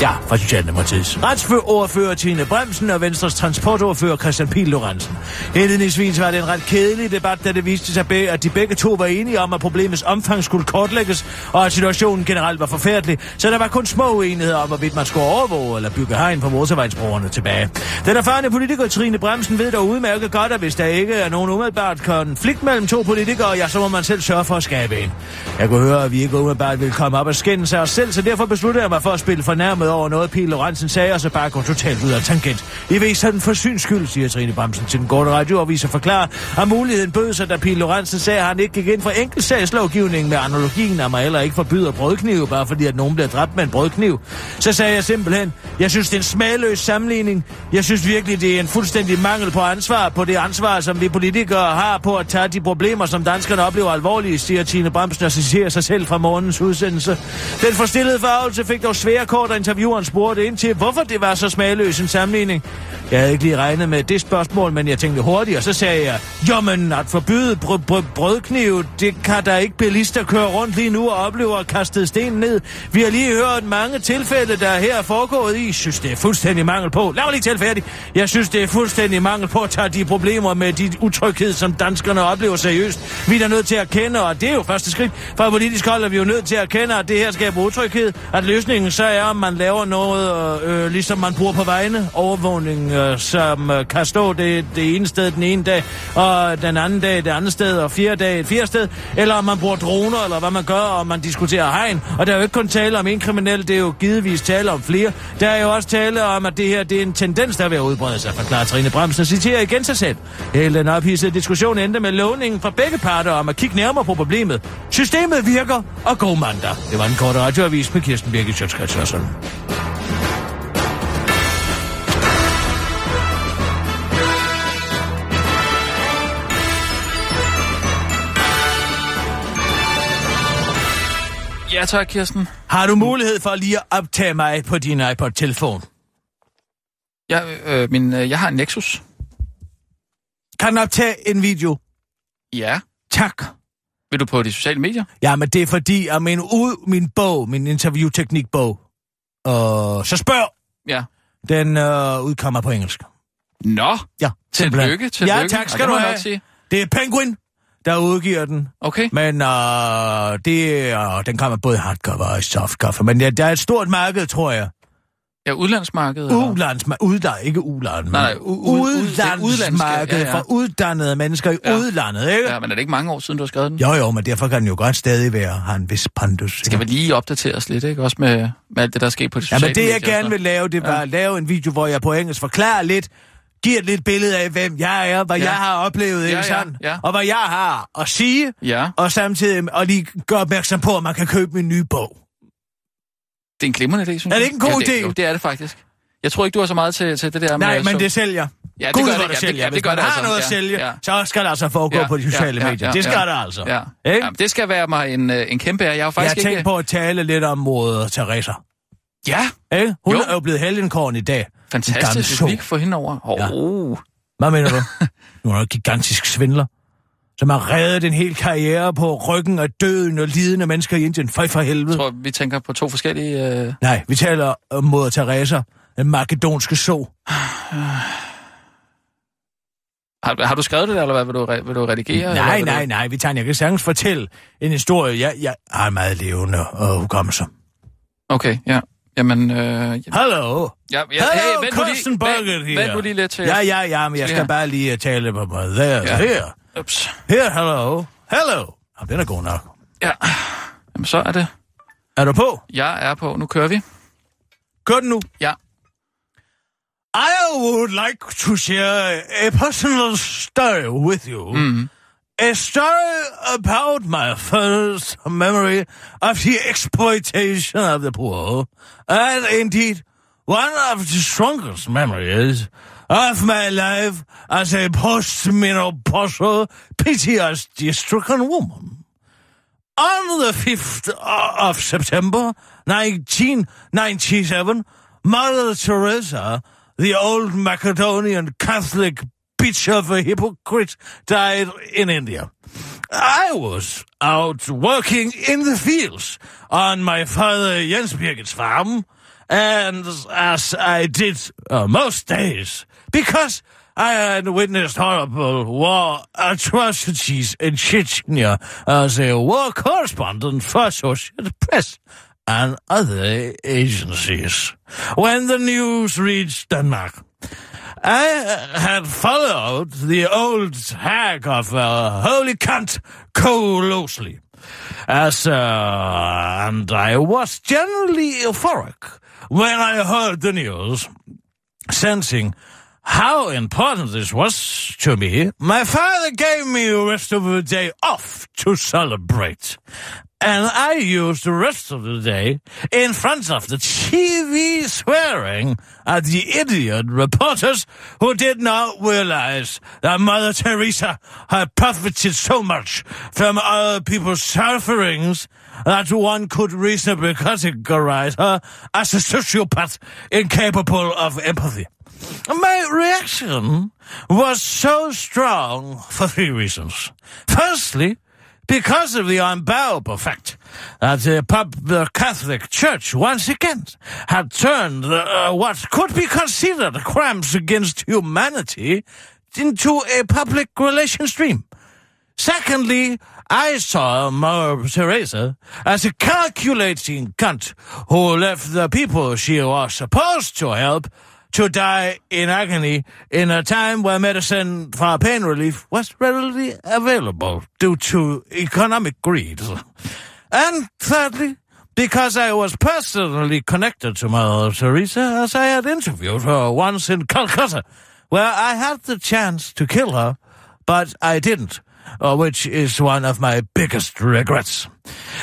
Ja, fra Socialdemokratiets. Retsordfører Tine Bremsen og Venstres transportordfører Christian Pihl Lorentzen. Indledningsvis var det en ret kedelig debat, da det viste sig, be- at de begge to var enige om, at problemets omfang skulle kortlægges, og at situationen generelt var forfærdelig, så der var kun små uenigheder om, hvorvidt man skulle overvåge eller bygge hegn på motorvejsbrugerne tilbage. Den erfarne politiker Trine Bremsen ved dog udmærket godt, at hvis der ikke er nogen umiddelbart konflikt mellem to politikere, ja, så må man selv sørge for at skabe en. Jeg kunne høre, at vi ikke umiddelbart ville komme op og skændes af os selv, så derfor besluttede jeg mig for at spille fornærmet over noget, Pil Lorentzen sagde, og så bare gå totalt ud af tangent. I ved sådan for syns skyld, siger Trine Bremsen til den korte radioavis og forklarer, at muligheden bød sig, da Pil Lorentzen sagde, at han ikke gik ind for enkeltsagslovgivningen med analogien, at man heller ikke forbyder brødknive, bare fordi at nogen bliver dræbt med en brødkniv. Så sagde jeg simpelthen, jeg synes, det er en smagløs sammenligning. Jeg synes virkelig, det er en fuldstændig mangel på ansvar, på det ansvar, som vi politikere har på at tage de problemer, som danskerne oplever alvorlige, siger Tine Bremsen og citerer sig selv fra morgens udsendelse. Den forstillede farvelse fik dog svære kort, og intervieweren spurgte ind til, hvorfor det var så smagløs en sammenligning. Jeg havde ikke lige regnet med det spørgsmål, men jeg tænkte hurtigt, og så sagde jeg, jamen at forbyde br- br- brødknive, det kan der ikke bilister køre rundt lige nu og opleve at kaste sten ned. Vi har lige hørt mange tilfælde, der her er foregået i. Jeg synes, det er fuldstændig mangel på. Lad mig lige tale færdig. Jeg synes, det er fuldstændig mangel på at tage de problemer med de utryghed, som danskerne oplever seriøst. Vi er da nødt til at kende, og det er jo første skridt. Fra politisk hold er vi jo nødt til at kende, at det her skaber utryghed. At løsningen så er, om man laver noget, øh, ligesom man bruger på vejene. Overvågning, øh, som øh, kan stå det, det ene sted den ene dag, og den anden dag det andet sted, og fjerde dag et fjerde sted. Eller om man bruger droner, eller hvad man gør, og man diskuterer hegn. Og der er jo ikke kun tale om en kriminel, det er jo givetvis tale om flere. Der er jo også tale om, at det her det er en tendens, der er ved at udbrede sig, forklarer Trine Bremsen og citerer igen sig selv. Hele den ophidsede diskussion endte med lovningen fra begge parter om at kigge nærmere på problemet. Systemet virker, og god mandag. Det var en kort radioavis med Kirsten Birgit Sjøtskrets og sådan.
Ja tak, Kirsten.
Har du mulighed for lige at optage mig på din iPod-telefon?
Jeg, øh, min, øh, jeg har en Nexus.
Kan den optage en video?
Ja.
Tak.
Vil du på de sociale medier?
Ja, men det er fordi, at min, ud, min bog, min interviewteknikbog, øh, så spørg,
Ja.
den øh, udkommer på engelsk.
Nå,
Ja, simpelthen.
tillykke, tillykke.
Ja, tak skal
Og det
du
må jeg
have.
nok sige.
Det er Penguin, der udgiver den.
Okay.
Men øh, det, øh, den kommer både i hardcover og i softcover. Men ja, der er et stort marked, tror jeg.
Ja, udlandsmarkedet. eller-
Ulandsma- udland, ikke udland, men
Nej, nej, u- u- u-
udlandsmarked
udlandske, ja, ja.
for uddannede mennesker i
Ja.
udlandet, ikke?
Ja, men er det ikke mange år siden, du har skrevet den?
Jo, jo, men derfor kan den jo godt stadig være, har en vis pandus.
Skal vi lige opdatere os lidt, ikke? Også med, med alt det, der er sket på de
Ja,
sociale
men det jeg
medier og
gerne
sådan
vil lave, det var at lave en video, hvor jeg på engelsk forklarer lidt, giver et lidt billede af, hvem jeg er, hvad ja.
Ja.
jeg har oplevet, ikke
ja,
sådan?
ja.
Og hvad jeg har at sige,
noget. Ja,
og samtidig og lige gøre opmærksom på, at man kan købe min nye bog.
det er en glimrende idé, synes jeg.
Er det ikke en god
ja, det,
idé?
Jo, det er det faktisk. Jeg tror ikke, du har så meget til, til det der
Nej,
med...
men
så-
det sælger.
altså- Ja, det
Gud,
gør det,
hvor
ja, det-
sælger.
ja, det
Hvis
gør
man
det
har
altså.
noget at
Ja,
sælge,
ja.
så skal det altså foregå på de sociale medier. Det skal der altså.
Ja.
Ikke?
ja, men det skal være mig en, øh, en kæmpe ære. Jeg har
Jeg
faktisk
tænkte
ikke...
på at tale lidt om moder Teresa.
Ja,
Ikke? Hun
Jo.
er jo blevet helgenkorn i dag. Gammel
fantastisk. Hvis
sol.
vi ikke får hende over. Åh,
Ja.
oh,
Hvad mener du? Hun er jo en gigantisk svindler, som har reddet en hel karriere på ryggen af døden og lidende mennesker i Indien. Føj for helvede.
jeg tror, vi tænker på to forskellige... Øh...
Nej, vi taler om moder Teresa, den makedonske so.
Har, har du skrevet det, der, eller hvad? Vil du, re- vil du redigere? eller
Nej,
vil
nej,
Du...
nej, vi tager Jeg kan sagtens fortælle en historie. Jeg, jeg har meget levende og hukommelse.
Okay, ja. Jamen, øh, jamen,
Hallo?
ja, ja,
Hallo,
vent nu lige-
Kirsten Birgit
vent-
her.
Vent nu lige lidt til.
Ja, ja, ja, men jeg
Skal
skal
her.
bare lige øh, tale på mig. Der,
Ja.
her.
Ups.
Her, hallo. Hallo. Jamen, den er god nok.
Ja. Jamen, så er det.
Er du på?
Jeg er på. Nu kører vi.
Kør den nu.
Ja.
I would like to share a personal story with you.
Mm.
A story about my first memory of the exploitation of the poor, and indeed one of the strongest memories of my life as a postmenopausal, PTSD-stricken woman. On the 5th o- of September 1997, Mother Teresa, the old Macedonian Catholic bitch of a hypocrite, died in India. I was out working in the fields on my father Jens Birgit's farm, and as I did uh, most days, because I had witnessed horrible war atrocities in Chechnya as a war correspondent for Associated Press and other agencies. When the news reached Denmark, I uh, had followed the old hag of a holy cunt closely, as uh, and I was generally euphoric when I heard the news, sensing how important this was to me. My father gave me the rest of the day off to celebrate. And I used the rest of the day in front of the TV swearing at the idiot reporters who did not realize that Mother Teresa had profited so much from other people's sufferings that one could reasonably categorize her as a sociopath incapable of empathy. My reaction was so strong for three reasons. Firstly, because of the unbearable fact that the, pub, the Catholic Church once again had turned uh, what could be considered crimes against humanity into a public relations dream. Secondly, I saw Mother Teresa as a calculating cunt who left the people she was supposed to help to die in agony in a time where medicine for pain relief was readily available due to economic greed. And thirdly, because I was personally connected to Mother Teresa as I had interviewed her once in Calcutta, where I had the chance to kill her, but I didn't uh, which is one of my biggest regrets.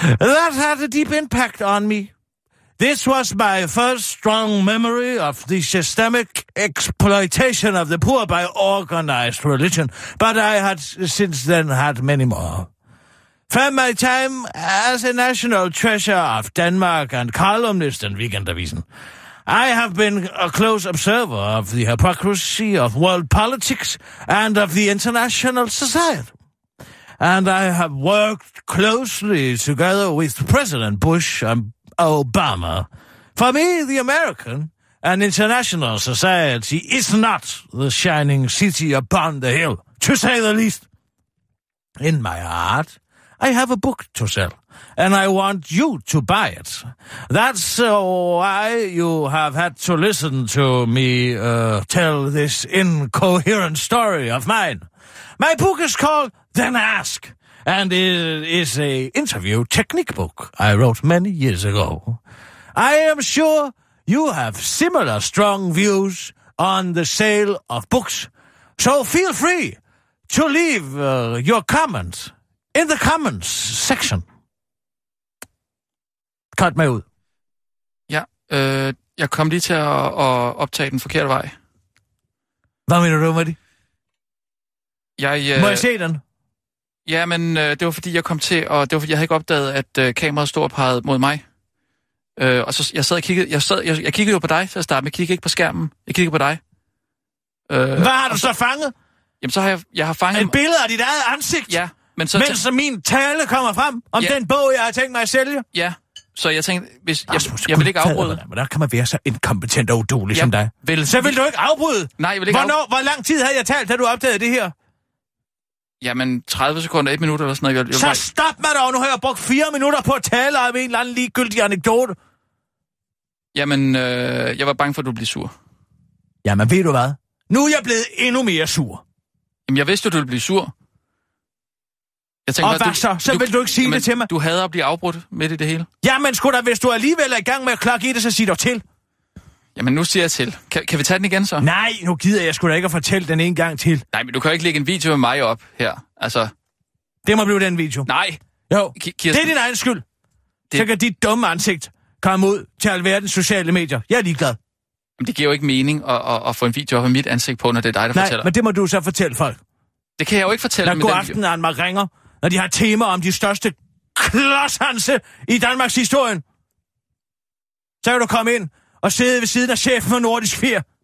That had a deep impact on me. This was my first strong memory of the systemic exploitation of the poor by organized religion, but I had since then had many more. From my time as a national treasure of Denmark and columnist in Weekendavisen, I have been a close observer of the hypocrisy of world politics and of the international society and I have worked closely together with President Bush and Obama. For me, the American and international society is not the shining city upon the hill, to say the least. In my heart, I have a book to sell, and I want you to buy it. That's uh, why you have had to listen to me uh, tell this incoherent story of mine. My book is called Then Ask, and it is a interview technique book I wrote many years ago. I am sure you have similar strong views on the sale of books, so feel free to leave uh, your comments in the comments section. Cut mig ud.
Ja. Øh, jeg kom lige til at, at optage den forkerte vej.
Hvad mener du med det?
Jeg, øh,
Må jeg se den?
Ja, men øh, det var fordi, jeg kom til, og det var fordi, jeg havde ikke opdaget, at øh, kameraet stod og pegede mod mig. Øh, og så jeg sad og kiggede, jeg, sad, jeg, jeg kiggede jo på dig til at starte med, jeg kiggede ikke på skærmen, jeg kiggede på dig. Øh,
Hvad har du så fanget?
Jamen, så har jeg, jeg har fanget...
Et billede af dit eget ansigt?
Ja, men så...
Mens min tale kommer frem om
Ja.
den bog, jeg har tænkt mig at sælge?
Ja, Så jeg tænkte, hvis, jeg,
Rasmus,
jeg vil ikke
gud fader,
afbryde.
Hvordan, hvordan kan man være så inkompetent og udulig
Jeg
som dig?
vil-
Så vil du ikke afbryde?
Nej, jeg vil ikke
Hvornår, hvor lang tid havde jeg talt, da du opdagede det her?
Jamen, 30 sekunder, 1 minut eller sådan noget. Jeg, jeg,
Så
jeg,
stop mig dog, nu har jeg brugt fire minutter på at tale om en eller anden ligegyldig anekdote.
jamen, øh, jeg var bange for, at du blev sur.
Jamen, ved du hvad? Nu er jeg blevet endnu mere sur.
Jamen, jeg vidste jo, du ville blive sur. Jeg
Og hvad så? Så vil du ikke sige det til mig?
Du havde at blive afbrudt midt i det hele.
Jamen, sgu da, hvis du alligevel er i gang med at klokke i det, så sig dog til.
Jamen, nu siger jeg til. Kan, kan vi tage den igen så?
Nej, nu gider jeg sgu da ikke at fortælle den en gang til.
Nej, men du kan jo ikke lægge en video med mig op her. Altså,
Det må blive den video.
nej.
Jo,
Ki- Kirsten.
det er din egen skyld.
Det-
Det... Så kan dit dumme ansigt komme ud til alverdens sociale medier. Jeg er ligeglad.
Jamen, det giver jo ikke mening at, at, at få en video op af mit ansigt på, når det er dig, der
Nej,
fortæller.
men det må du så fortælle folk.
Det kan jeg jo ikke fortælle
Når
med
god
den
aften, Anma ringer, når de har temaer om de største klodshanse i Danmarks historie. Så kan du komme ind og sidde ved siden af chefen for Nordisk 4.